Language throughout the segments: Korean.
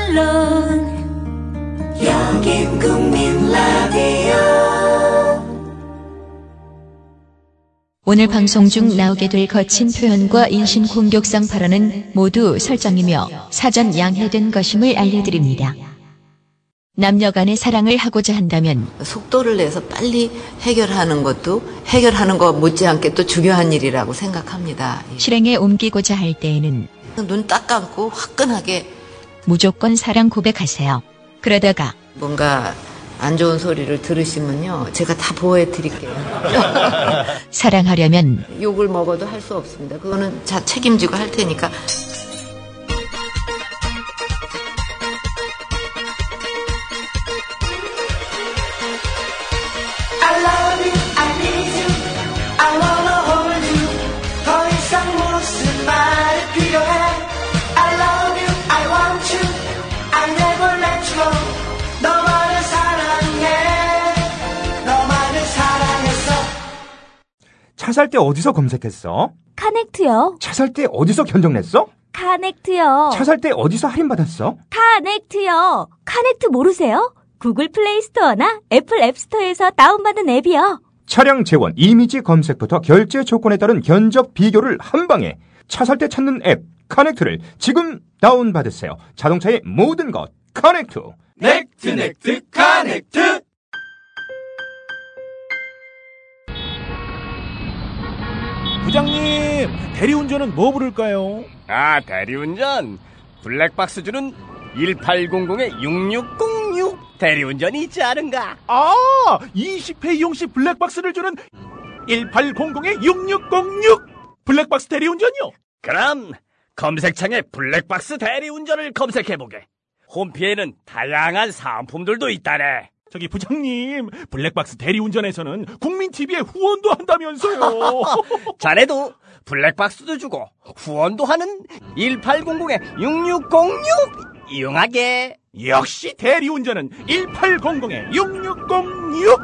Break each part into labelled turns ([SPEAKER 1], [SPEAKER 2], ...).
[SPEAKER 1] 언론
[SPEAKER 2] 여긴 국민 라디오
[SPEAKER 3] 오늘 방송 중 나오게 될 거친 표현과 인신 공격성 발언은 모두 설정이며 사전 양해된 것임을 알려드립니다. 남녀 간의 사랑을 하고자 한다면
[SPEAKER 4] 속도를 내서 빨리 해결하는 것도 해결하는 것 못지않게 또 중요한 일이라고 생각합니다. 예.
[SPEAKER 3] 실행에 옮기고자 할 때에는
[SPEAKER 4] 눈 딱 감고 화끈하게
[SPEAKER 3] 무조건 사랑 고백하세요. 그러다가
[SPEAKER 4] 뭔가 안 좋은 소리를 들으시면요. 제가 다 보호해 드릴게요.
[SPEAKER 3] 사랑하려면
[SPEAKER 4] 욕을 먹어도 할 수 없습니다. 그거는 자 책임지고 할 테니까.
[SPEAKER 2] I love you, I need you I wanna hold you 더 이상 무슨 말이 필요해 I love you, I want you I never let you go 너만을 사랑해 너만을 사랑했어
[SPEAKER 5] 차 살 때 어디서 검색했어?
[SPEAKER 1] 카넥트요.
[SPEAKER 5] 차 살 때 어디서 견적냈어?
[SPEAKER 1] 카넥트요.
[SPEAKER 5] 차 살 때 어디서 할인받았어?
[SPEAKER 1] 카넥트요. 카넥트 모르세요? 구글 플레이 스토어나 애플 앱 스토어에서 다운받은 앱이요.
[SPEAKER 5] 차량 재원, 이미지 검색부터 결제 조건에 따른 견적 비교를 한 방에 차 살 때 찾는 앱 카넥트를 지금 다운받으세요. 자동차의 모든 것 카넥트.
[SPEAKER 6] 넥트 넥트 카넥트
[SPEAKER 7] 부장님, 대리운전은 뭐 부를까요?
[SPEAKER 6] 아 대리운전 블랙박스 주는 1800에 6606 대리운전이 있지 않은가
[SPEAKER 7] 아, 20회 이용시 블랙박스를 주는 1800-6606 블랙박스 대리운전이요.
[SPEAKER 6] 그럼 검색창에 블랙박스 대리운전을 검색해보게 홈피에는 다양한 상품들도 있다네
[SPEAKER 7] 저기 부장님, 블랙박스 대리운전에서는 국민 TV에 후원도 한다면서요.
[SPEAKER 6] 자네도 블랙박스도 주고 후원도 하는 1800에 6606 이용하게
[SPEAKER 7] 역시 대리운전은 1800에 6606.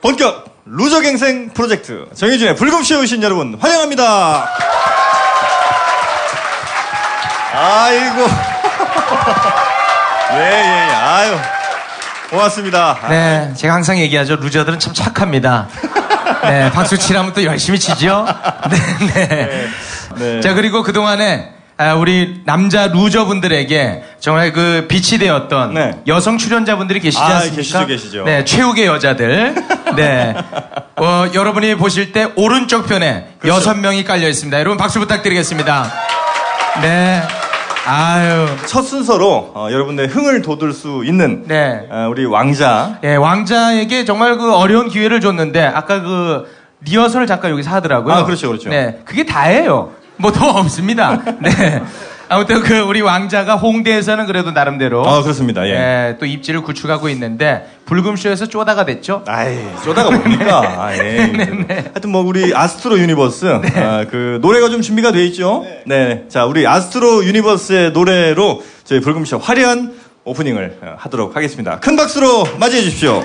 [SPEAKER 8] 본격 루저갱생 프로젝트 정유진의 불금쇼에 오신 여러분 환영합니다. 아이고. 예, 예, 예. 아유. 고맙습니다. 아,
[SPEAKER 9] 네, 제가 항상 얘기하죠. 루저들은 참 착합니다. 네, 박수 치라면 또 열심히 치죠. 네, 네.
[SPEAKER 8] 네.
[SPEAKER 9] 자, 그리고 그동안에 아, 우리 남자 루저분들에게 정말 그 빛이 되었던
[SPEAKER 8] 네.
[SPEAKER 9] 여성 출연자분들이 계시지
[SPEAKER 8] 아,
[SPEAKER 9] 않습니까?
[SPEAKER 8] 계시죠, 계시죠.
[SPEAKER 9] 네, 최욱의 여자들. 네. 어, 여러분이 보실 때 오른쪽 편에
[SPEAKER 8] 그렇죠.
[SPEAKER 9] 여섯 명이 깔려 있습니다. 여러분 박수 부탁드리겠습니다. 네. 아유.
[SPEAKER 8] 첫 순서로 어, 여러분들의 흥을 돋울 수 있는
[SPEAKER 9] 네.
[SPEAKER 8] 아, 우리 왕자.
[SPEAKER 9] 예, 왕자에게 정말 그 어려운 기회를 줬는데 아까 그 리허설을 잠깐 여기서 하더라고요.
[SPEAKER 8] 아, 그렇죠, 그렇죠.
[SPEAKER 9] 네, 그게 다예요. 뭐 더 없습니다. 네. 아무튼 그 우리 왕자가 홍대에서는 그래도 나름대로
[SPEAKER 8] 아, 그렇습니다. 예.
[SPEAKER 9] 예, 또 입지를 구축하고 있는데 불금쇼에서 쪼다가 됐죠.
[SPEAKER 8] 아이, 쏘다가
[SPEAKER 9] 네,
[SPEAKER 8] 뭡니까? 아, 예. 하여튼 뭐 우리 아스트로 유니버스
[SPEAKER 9] 네.
[SPEAKER 8] 아, 그 노래가 좀 준비가 돼 있죠? 네. 자, 우리 아스트로 유니버스의 노래로 저희 불금쇼 화려한 오프닝을 어, 하도록 하겠습니다. 큰 박수로 맞이해 주십시오.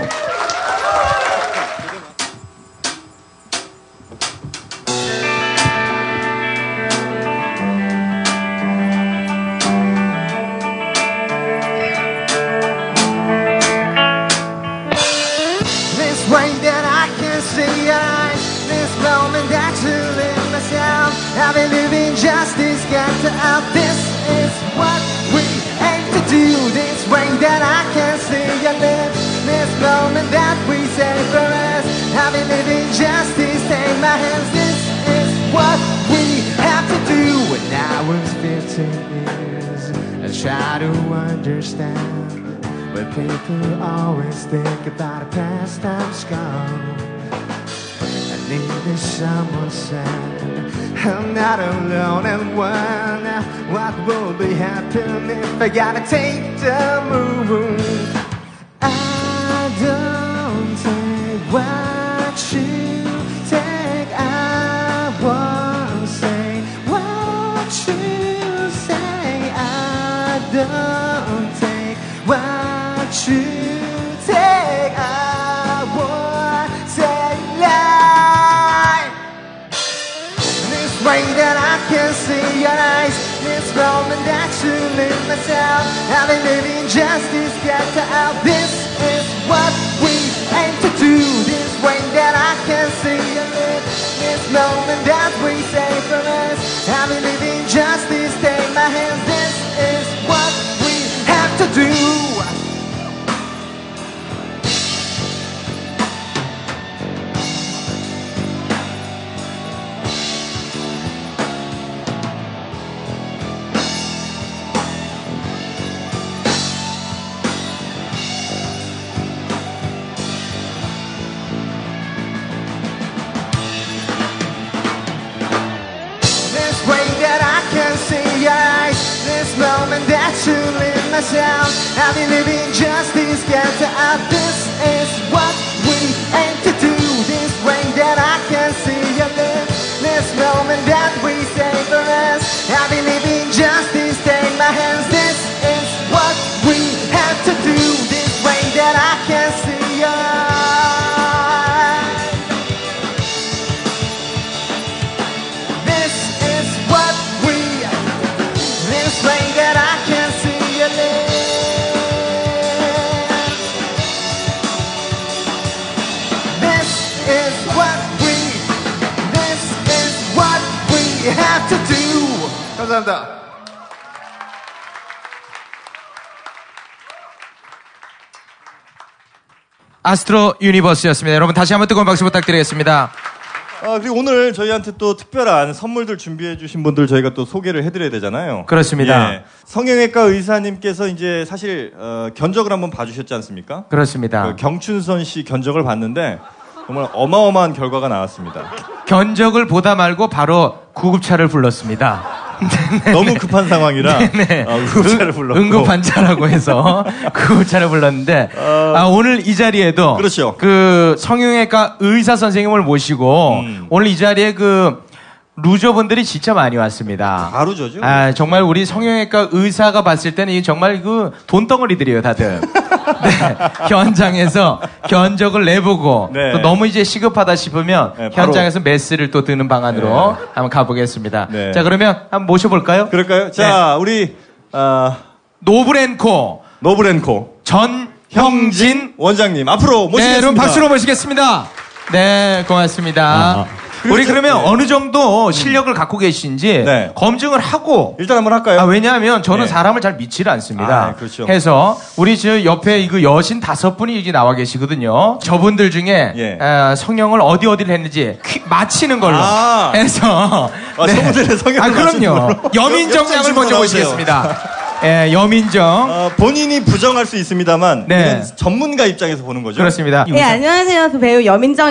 [SPEAKER 2] This way that I can see I This moment that you live myself I've been living just this character out This is what we aim to do This way that I can see I live This moment that we save for us I've been living just this day my hands This is what we have to do When I was 15 years I try to understand but people always think about a past time's gone. I needed someone sad. I'm not alone and one. What will be happening if I gotta take the moon? I don't take what you take. I won't say what you say. I don't take what you take. I won't say lie. This way that I can see your eyes. This moment that you live myself. I've been living just this ghetto out. This is what we aim to do. This way that I can see you live. This moment that we save from us. I've been living just this day. in My hands. This is what we have to do. This way that I can see your eyes This moment that you live myself I've been living just this character out This is what we aim to do This way that I can see your live This moment that we save for us I've been living just this day in my hands This is what we have to do This way that I can see your eyes This is what we This way that I can see you live This is what we This is what we have to do
[SPEAKER 10] 감사합니다.
[SPEAKER 9] 아스트로 유니버스였습니다. 여러분 다시 한번 뜨거운 박수 부탁드리겠습니다.
[SPEAKER 8] 아, 그리고 오늘 저희한테 또 특별한 선물들 준비해 주신 분들 저희가 또 소개를 해드려야 되잖아요.
[SPEAKER 9] 그렇습니다.
[SPEAKER 8] 예. 성형외과 의사님께서 이제 사실 어, 견적을 한번 봐주셨지 않습니까?
[SPEAKER 9] 그렇습니다.
[SPEAKER 8] 그 경춘선 씨 견적을 봤는데 정말 어마어마한 결과가 나왔습니다.
[SPEAKER 9] 견적을 보다 말고 바로 구급차를 불렀습니다.
[SPEAKER 8] 너무 급한 상황이라 어, 구급차를
[SPEAKER 9] 네, 응-
[SPEAKER 8] 불렀고
[SPEAKER 9] 응급환자라고 해서 구급차를 불렀는데 아, 오늘 이 자리에도
[SPEAKER 8] 그렇죠.
[SPEAKER 9] 그 성형외과 의사 선생님을 모시고
[SPEAKER 8] 음.
[SPEAKER 9] 오늘 이 자리에 그 루저분들이 진짜 많이 왔습니다.
[SPEAKER 8] 가루죠죠.
[SPEAKER 9] 아, 정말 우리 성형외과 의사가 봤을 때는 이 정말 그 돈덩어리들이에요, 다들. 네. 현장에서 견적을 내보고
[SPEAKER 8] 네.
[SPEAKER 9] 또 너무 이제 시급하다 싶으면
[SPEAKER 8] 네, 바로.
[SPEAKER 9] 현장에서 메스를 또 드는 방안으로 한번 가보겠습니다.
[SPEAKER 8] 네.
[SPEAKER 9] 자, 그러면 한번 모셔볼까요? 네.
[SPEAKER 8] 그럴까요? 자 우리 아,
[SPEAKER 9] 노브랜코
[SPEAKER 8] 노브랜코
[SPEAKER 9] 전형진
[SPEAKER 8] 원장님 앞으로 모시겠습니다.
[SPEAKER 9] 네, 여러분 박수로 모시겠습니다. 네, 고맙습니다. 우리 그러면
[SPEAKER 8] 네.
[SPEAKER 9] 어느 정도 실력을 갖고 계신지
[SPEAKER 8] 네.
[SPEAKER 9] 검증을 하고
[SPEAKER 8] 일단 한번 할까요?
[SPEAKER 9] 아, 왜냐하면 저는
[SPEAKER 8] 네.
[SPEAKER 9] 사람을 잘 믿지를 않습니다.
[SPEAKER 8] 아, 그렇죠.
[SPEAKER 9] 해서 우리 저 옆에 그 여신 다섯 분이 이게 나와 계시거든요. 저분들 중에
[SPEAKER 8] 예.
[SPEAKER 9] 아, 성형을 어디 어디를 했는지 퀴- 맞히는 걸로
[SPEAKER 8] 아.
[SPEAKER 9] 해서
[SPEAKER 8] 아, 저분들의 성형을
[SPEAKER 9] 아,
[SPEAKER 8] 맞히는
[SPEAKER 9] 그럼요.
[SPEAKER 8] 걸로. 옆장
[SPEAKER 9] 여민정양을
[SPEAKER 8] 친구로
[SPEAKER 9] 먼저
[SPEAKER 8] 나오세요.
[SPEAKER 9] 모시겠습니다. 예, 여민정.
[SPEAKER 8] 어, 본인이 부정할 수 있습니다만
[SPEAKER 9] 네.
[SPEAKER 8] 이건 전문가 입장에서 보는 거죠.
[SPEAKER 9] 그렇습니다.
[SPEAKER 11] 네, 안녕하세요. 그 배우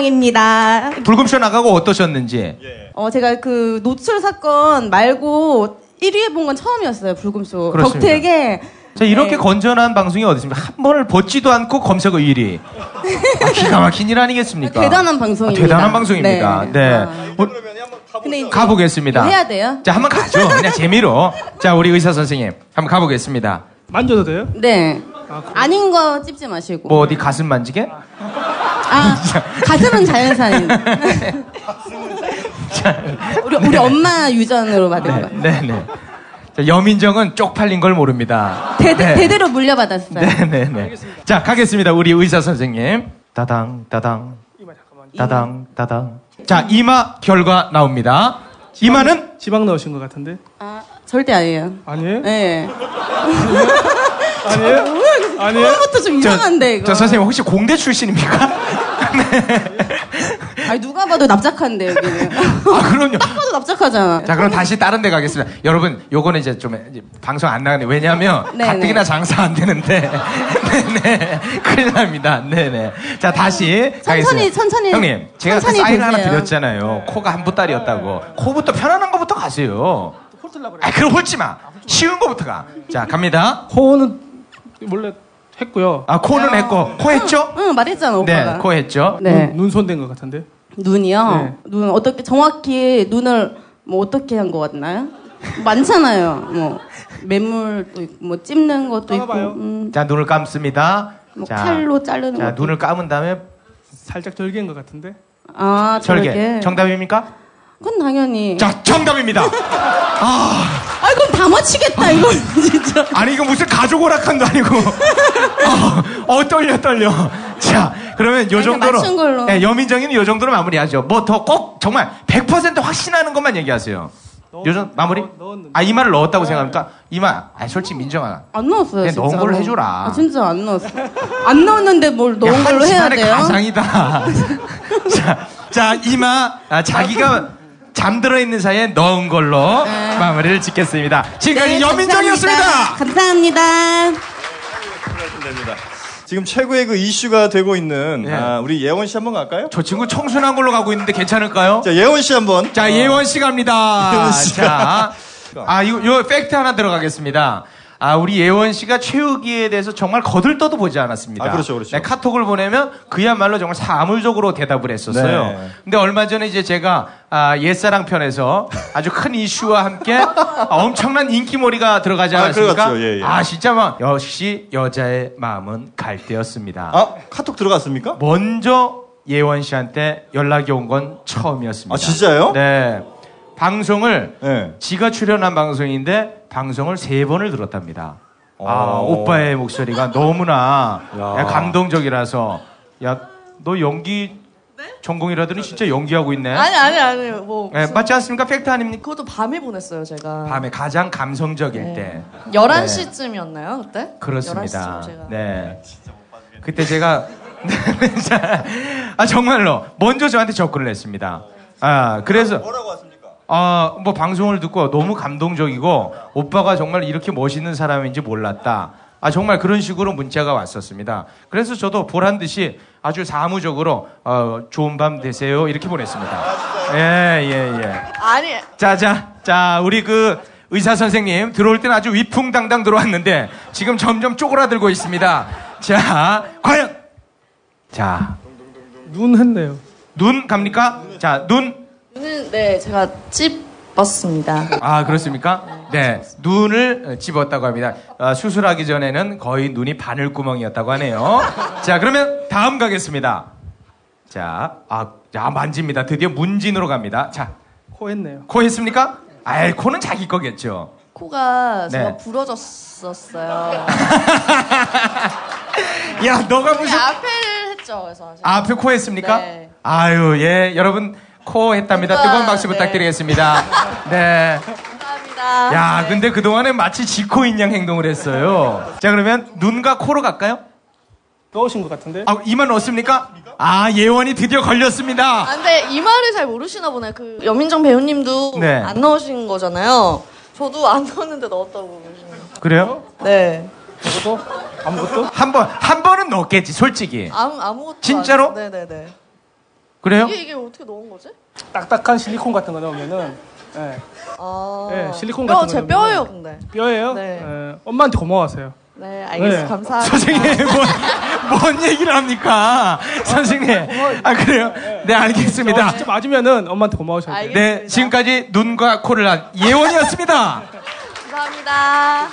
[SPEAKER 11] 여민정입니다.
[SPEAKER 9] 불금쇼 나가고 어떠셨는지.
[SPEAKER 11] 어, 제가 그 노출 사건 말고 1위 해본 건 처음이었어요. 불금쇼.
[SPEAKER 9] 그렇습니다.
[SPEAKER 11] 덕택에.
[SPEAKER 9] 자, 이렇게
[SPEAKER 11] 네.
[SPEAKER 9] 건전한 방송이 어디 있습니까? 한 번을 벗지도 않고 검색어 1위. 아, 기가 막힌 일 아니겠습니까?
[SPEAKER 11] 대단한 방송입니다.
[SPEAKER 9] 아, 대단한 방송입니다.
[SPEAKER 11] 네.
[SPEAKER 9] 네.
[SPEAKER 11] 아.
[SPEAKER 9] 어,
[SPEAKER 11] 근데 이제
[SPEAKER 9] 가보겠습니다.
[SPEAKER 11] 뭐 해야 돼요?
[SPEAKER 9] 자, 한번 가죠. 그냥 재미로. 자, 우리 의사 선생님. 한번 가보겠습니다.
[SPEAKER 12] 만져도 돼요?
[SPEAKER 11] 네. 아닌 거 찝지 마시고.
[SPEAKER 9] 뭐 어디 가슴 만지게?
[SPEAKER 11] 아, 가슴은 자연산인. 우리,
[SPEAKER 12] 네.
[SPEAKER 11] 우리 엄마 유전으로 받은
[SPEAKER 9] 네,
[SPEAKER 11] 거.
[SPEAKER 9] 네, 네. 자, 여민정은 쪽팔린 걸 모릅니다.
[SPEAKER 11] 대대,
[SPEAKER 9] 네.
[SPEAKER 11] 대대로 물려받았어요.
[SPEAKER 9] 네, 네, 네. 자, 가겠습니다. 우리 의사 선생님. 따당, 따당. 따당, 따당. 자, 이마 결과 나옵니다. 이마는
[SPEAKER 12] 지방 넣으신 것 같은데?
[SPEAKER 11] 아, 절대 아니에요.
[SPEAKER 12] 아니에요?
[SPEAKER 11] 네.
[SPEAKER 12] 아니에요? 아니에요?
[SPEAKER 11] 처음부터 좀
[SPEAKER 9] 저-
[SPEAKER 11] 이상한데, 이거.
[SPEAKER 9] 저 선생님 혹시 공대 출신입니까? 네.
[SPEAKER 11] 아니, 누가 봐도 납작한데, 여기는.
[SPEAKER 9] 아 그럼요.
[SPEAKER 11] 딱 봐도 납작하잖아.
[SPEAKER 12] 네.
[SPEAKER 9] 자 그럼 다시 다른 데 가겠습니다. 여러분 요거는 이제 좀 이제 방송 안 나가는데 왜냐하면
[SPEAKER 11] 네,
[SPEAKER 9] 가뜩이나
[SPEAKER 11] 네.
[SPEAKER 9] 장사 안 되는데 네네 큰일 납니다. 네네 자 다시
[SPEAKER 11] 천천히,
[SPEAKER 9] 가겠습니다.
[SPEAKER 11] 천천히.
[SPEAKER 9] 형님 제가 그
[SPEAKER 11] 천천히
[SPEAKER 9] 사인 하나
[SPEAKER 11] 보세요. 네.
[SPEAKER 9] 드렸잖아요. 코가 한 보따리였다고 코부터 편안한 거부터 가세요. 아 그럼 홀지 마. 쉬운 거부터 가. 자 갑니다.
[SPEAKER 12] 코는 원래 했고요.
[SPEAKER 9] 아 코는 했고 코 했죠?
[SPEAKER 11] 응, 말했잖아, 오빠가.
[SPEAKER 9] 네코 했죠.
[SPEAKER 11] 네.
[SPEAKER 12] 눈, 손댄 것 같은데?
[SPEAKER 11] 눈이요?
[SPEAKER 12] 네.
[SPEAKER 11] 눈, 어떻게, 정확히 눈을, 뭐, 어떻게 한 것 같나요? 많잖아요. 뭐, 매물도 있고, 뭐, 찝는 것도 있고,
[SPEAKER 12] 봐요.
[SPEAKER 11] 음,
[SPEAKER 9] 자 눈을 감습니다.
[SPEAKER 11] 뭐,
[SPEAKER 9] 자,
[SPEAKER 11] 칼로 자르는
[SPEAKER 9] 자
[SPEAKER 11] 것도
[SPEAKER 9] 눈을 감은 다음에
[SPEAKER 12] 살짝 절개인 것 같은데?
[SPEAKER 11] 아,
[SPEAKER 9] 절개.
[SPEAKER 11] 저게.
[SPEAKER 9] 정답입니까?
[SPEAKER 11] 그건 당연히.
[SPEAKER 9] 자, 정답입니다. 아,
[SPEAKER 11] 아, 이건 다 맞히겠다, 이건 진짜.
[SPEAKER 9] 아니 이거 무슨 가족 오락관도 아니고. 어, 어, 떨려 떨려. 자, 그러면 요
[SPEAKER 11] 아니,
[SPEAKER 9] 정도로
[SPEAKER 11] 그러니까 맞춘 걸로.
[SPEAKER 9] 예, 여민정이는 요 정도로 마무리하죠. 뭐 더 꼭 정말 100% 확신하는 것만 얘기하세요. 요즘 마무리? 아, 이 말을 넣었다고 생각합니까? 이마, 아, 솔직히 민정아.
[SPEAKER 11] 안 넣었어요,
[SPEAKER 9] 그냥
[SPEAKER 11] 진짜.
[SPEAKER 9] 네, 넣은 걸로 해줘라.
[SPEAKER 11] 아, 진짜 안 넣었어. 안 넣었는데 뭘 넣은
[SPEAKER 9] 야,
[SPEAKER 11] 걸로 해야
[SPEAKER 9] 한
[SPEAKER 11] 돼요?
[SPEAKER 9] 가상이다. 자, 자, 이마, 아, 자기가 잠들어 있는 사이에 넣은 걸로 마무리를 짓겠습니다. 지금까지
[SPEAKER 11] 네,
[SPEAKER 9] 여민정이었습니다.
[SPEAKER 11] 감사합니다. 감사합니다.
[SPEAKER 8] 지금 최고의 그 이슈가 되고 있는
[SPEAKER 9] 네.
[SPEAKER 8] 아, 우리 예원 씨 한번 갈까요?
[SPEAKER 9] 저 친구 청순한 걸로 가고 있는데 괜찮을까요?
[SPEAKER 8] 자 예원 씨 한번.
[SPEAKER 9] 자, 예원 씨 갑니다.
[SPEAKER 8] 어. 예원 씨가.
[SPEAKER 9] 자, 아, 이거, 요 팩트 하나 들어가겠습니다. 아, 우리 예원 씨가 최욱이에 대해서 정말 거들떠도 보지 않았습니다.
[SPEAKER 8] 아, 그렇죠, 그렇죠.
[SPEAKER 9] 네, 카톡을 보내면 그야말로 정말 사물적으로 대답을 했었어요.
[SPEAKER 8] 네.
[SPEAKER 9] 근데 얼마 전에 이제 제가 아, 옛사랑 편에서 아주 큰 이슈와 함께 아, 엄청난 인기몰이가 들어가지
[SPEAKER 8] 아,
[SPEAKER 9] 않았습니까?
[SPEAKER 8] 들어갔죠. 예, 예.
[SPEAKER 9] 아, 진짜 막 역시 여자의 마음은 갈대였습니다.
[SPEAKER 8] 아 카톡 들어갔습니까?
[SPEAKER 9] 먼저 예원 씨한테 연락이 온 건 처음이었습니다.
[SPEAKER 8] 아 진짜요?
[SPEAKER 9] 네. 방송을
[SPEAKER 8] 네.
[SPEAKER 9] 지가 출연한 방송인데 방송을 세 번을 들었답니다. 아,
[SPEAKER 8] 어.
[SPEAKER 9] 오빠의 목소리가 너무나
[SPEAKER 8] 야.
[SPEAKER 9] 야, 감동적이라서 야 너 연기 전공이라더니 진짜 연기하고 있네.
[SPEAKER 13] 네? 아니 아니 아니 뭐
[SPEAKER 9] 네, 맞지 않습니까? 팩트 아닙니까?
[SPEAKER 13] 그것도 밤에 보냈어요 제가.
[SPEAKER 9] 밤에 가장 감성적일 때.
[SPEAKER 13] 11시쯤이었나요, 그때?
[SPEAKER 9] 그렇습니다.
[SPEAKER 13] 11시쯤 제가.
[SPEAKER 9] 네. 그때 제가 자, 아 정말로 먼저 저한테 접근을 했습니다. 아 그래서 뭐라고 왔습니까? 아뭐 방송을 듣고 너무 감동적이고 오빠가 정말 이렇게 멋있는 사람인지 몰랐다. 아 정말 그런 식으로 문자가 왔었습니다. 그래서 저도 보란 듯이 아주 사무적으로 어, 좋은 밤 되세요 이렇게 보냈습니다. 예 예, 예.
[SPEAKER 13] 아니,
[SPEAKER 9] 자, 자, 자, 우리 그 의사 선생님 들어올 때는 아주 위풍당당 들어왔는데 지금 점점 쪼그라들고 있습니다. 자, 과연 자,
[SPEAKER 14] 눈 했네요.
[SPEAKER 9] 눈 갑니까? 자, 눈.
[SPEAKER 13] 눈은 네, 제가 찝었습니다.
[SPEAKER 9] 아, 그렇습니까? 네, 눈을 집었다고 합니다. 아, 수술하기 전에는 거의 눈이 바늘구멍이었다고 하네요. 자, 그러면 다음 가겠습니다. 자, 아, 야, 만집니다. 드디어 문진으로 갑니다. 자,
[SPEAKER 14] 코 했네요.
[SPEAKER 9] 코 했습니까? 아이, 코는 자기 거겠죠.
[SPEAKER 13] 코가
[SPEAKER 9] 네. 아,
[SPEAKER 13] 제가 부러졌었어요.
[SPEAKER 9] 야, 너가 무슨
[SPEAKER 13] 네, 앞에를 했죠. 그래서 제가.
[SPEAKER 9] 아, 앞에 코 했습니까?
[SPEAKER 13] 네.
[SPEAKER 9] 아유, 예. 여러분, 코 했답니다.
[SPEAKER 13] 누가,
[SPEAKER 9] 뜨거운 박수
[SPEAKER 13] 네.
[SPEAKER 9] 부탁드리겠습니다. 네.
[SPEAKER 13] 감사합니다.
[SPEAKER 9] 야, 근데 그동안에 마치 지코인 양 행동을 했어요. 자, 그러면 눈과 코로 갈까요?
[SPEAKER 14] 넣으신 것 같은데?
[SPEAKER 9] 아, 이만 넣었습니까? 아, 예원이 드디어 걸렸습니다.
[SPEAKER 13] 아, 근데 이 말을 잘 모르시나 보네. 그 여민정 배우님도
[SPEAKER 9] 네.
[SPEAKER 13] 안 넣으신 거잖아요. 저도 안 넣었는데 넣었다고 그러시네요.
[SPEAKER 9] 그래요?
[SPEAKER 13] 네.
[SPEAKER 14] 아무것도? 아무것도?
[SPEAKER 9] 한 번, 한 번은 넣었겠지, 솔직히.
[SPEAKER 13] 아무 아무것도
[SPEAKER 9] 진짜로?
[SPEAKER 13] 안- 네네네.
[SPEAKER 9] 그래요?
[SPEAKER 13] 이게 이게 어떻게 넣은 거지?
[SPEAKER 14] 딱딱한 실리콘 같은 거 넣으면은 예,
[SPEAKER 13] 아.
[SPEAKER 14] 네, 실리콘
[SPEAKER 13] 뼈,
[SPEAKER 14] 같은
[SPEAKER 13] 제
[SPEAKER 14] 거
[SPEAKER 13] 뼈예요,
[SPEAKER 14] 넣으면.
[SPEAKER 13] 근데.
[SPEAKER 14] 뼈예요.
[SPEAKER 13] 네.
[SPEAKER 14] 예, 엄마한테 고마워하세요.
[SPEAKER 13] 네, 알겠습니다.
[SPEAKER 14] 네.
[SPEAKER 13] 감사합니다.
[SPEAKER 9] 선생님, 뭔, 뭔 얘기를 합니까? 선생님. 아, 그래요? 네, 알겠습니다.
[SPEAKER 14] 진짜 아, 맞으면은 엄마한테 고마워하셔야 돼요.
[SPEAKER 13] 알겠습니다.
[SPEAKER 9] 네, 지금까지 눈과 코를 한 예원이었습니다.
[SPEAKER 13] 감사합니다.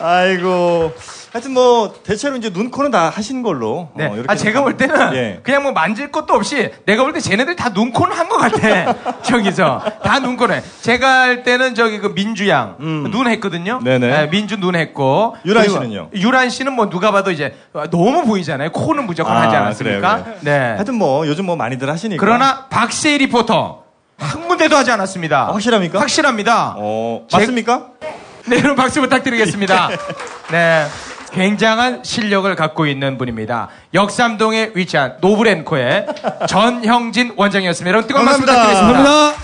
[SPEAKER 8] 아이고. 하여튼 뭐 대체로 이제 눈 코는 다 하신 걸로.
[SPEAKER 9] 네.
[SPEAKER 8] 어, 이렇게
[SPEAKER 9] 아, 제가 볼 때는
[SPEAKER 8] 예.
[SPEAKER 9] 그냥 뭐 만질 것도 없이 내가 볼 때 쟤네들 다 눈코는 한 것 같아. 저기서. 다 눈코네. 제가 할 때는 저기 그 민주양.
[SPEAKER 8] 음.
[SPEAKER 9] 눈 했거든요.
[SPEAKER 8] 네네.
[SPEAKER 9] 네, 민주 눈 했고.
[SPEAKER 8] 유란
[SPEAKER 9] 그리고
[SPEAKER 8] 씨는요?
[SPEAKER 9] 유란 씨는 뭐 누가 봐도 이제 너무 보이잖아요. 코는 무조건
[SPEAKER 8] 아,
[SPEAKER 9] 하지 않았습니까?
[SPEAKER 8] 그래요, 그래요.
[SPEAKER 9] 네.
[SPEAKER 8] 하여튼 뭐 요즘 뭐 많이들 하시니까.
[SPEAKER 9] 그러나 박세희 리포터. 한 군데도 하지 않았습니다.
[SPEAKER 8] 아, 확실합니까?
[SPEAKER 9] 확실합니다.
[SPEAKER 8] 어,
[SPEAKER 9] 제-
[SPEAKER 8] 맞습니까?
[SPEAKER 9] 네, 여러분 박수 부탁드리겠습니다. 네. 굉장한 실력을 갖고 있는 분입니다. 역삼동에 위치한 노브랜코의 전형진 원장이었습니다. 여러분 뜨거운 박수
[SPEAKER 8] 감사합니다.
[SPEAKER 9] 부탁드리겠습니다.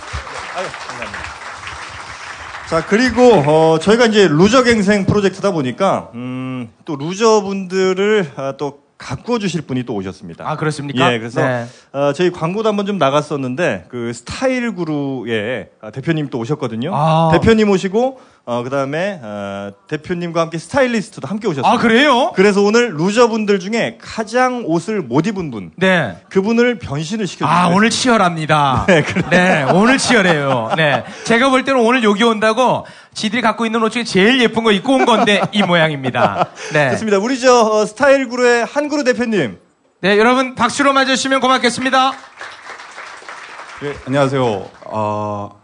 [SPEAKER 8] 자 그리고 어, 저희가 이제 루저 갱생 프로젝트다 보니까 음, 또 루저 분들을 아, 또 가꾸어 주실 분이 또 오셨습니다.
[SPEAKER 9] 아, 그렇습니까?
[SPEAKER 8] 예, 그래서
[SPEAKER 9] 네.
[SPEAKER 8] 어, 저희 광고도 한번 좀 나갔었는데 그 스타일 그루의 아, 대표님 또 오셨거든요.
[SPEAKER 9] 아.
[SPEAKER 8] 대표님 오시고 어, 그다음에 어, 대표님과 함께 스타일리스트도 함께 오셨어요.
[SPEAKER 9] 아, 그래요?
[SPEAKER 8] 그래서 오늘 루저 분들 중에 가장 옷을 못 입은 분
[SPEAKER 9] 네.
[SPEAKER 8] 그분을 변신을 시켜
[SPEAKER 9] 아, 오늘 치열합니다. 네, 오늘 치열해요. 네. 제가 볼 때는 오늘 여기 온다고 지들이 갖고 있는 옷 중에 제일 예쁜 거 입고 온 건데 이 모양입니다. 네.
[SPEAKER 8] 좋습니다. 우리 저 어, 스타일 그루의 한그루 대표님
[SPEAKER 9] 네, 여러분 박수로 맞아주시면 고맙겠습니다.
[SPEAKER 15] 예, 안녕하세요. 어,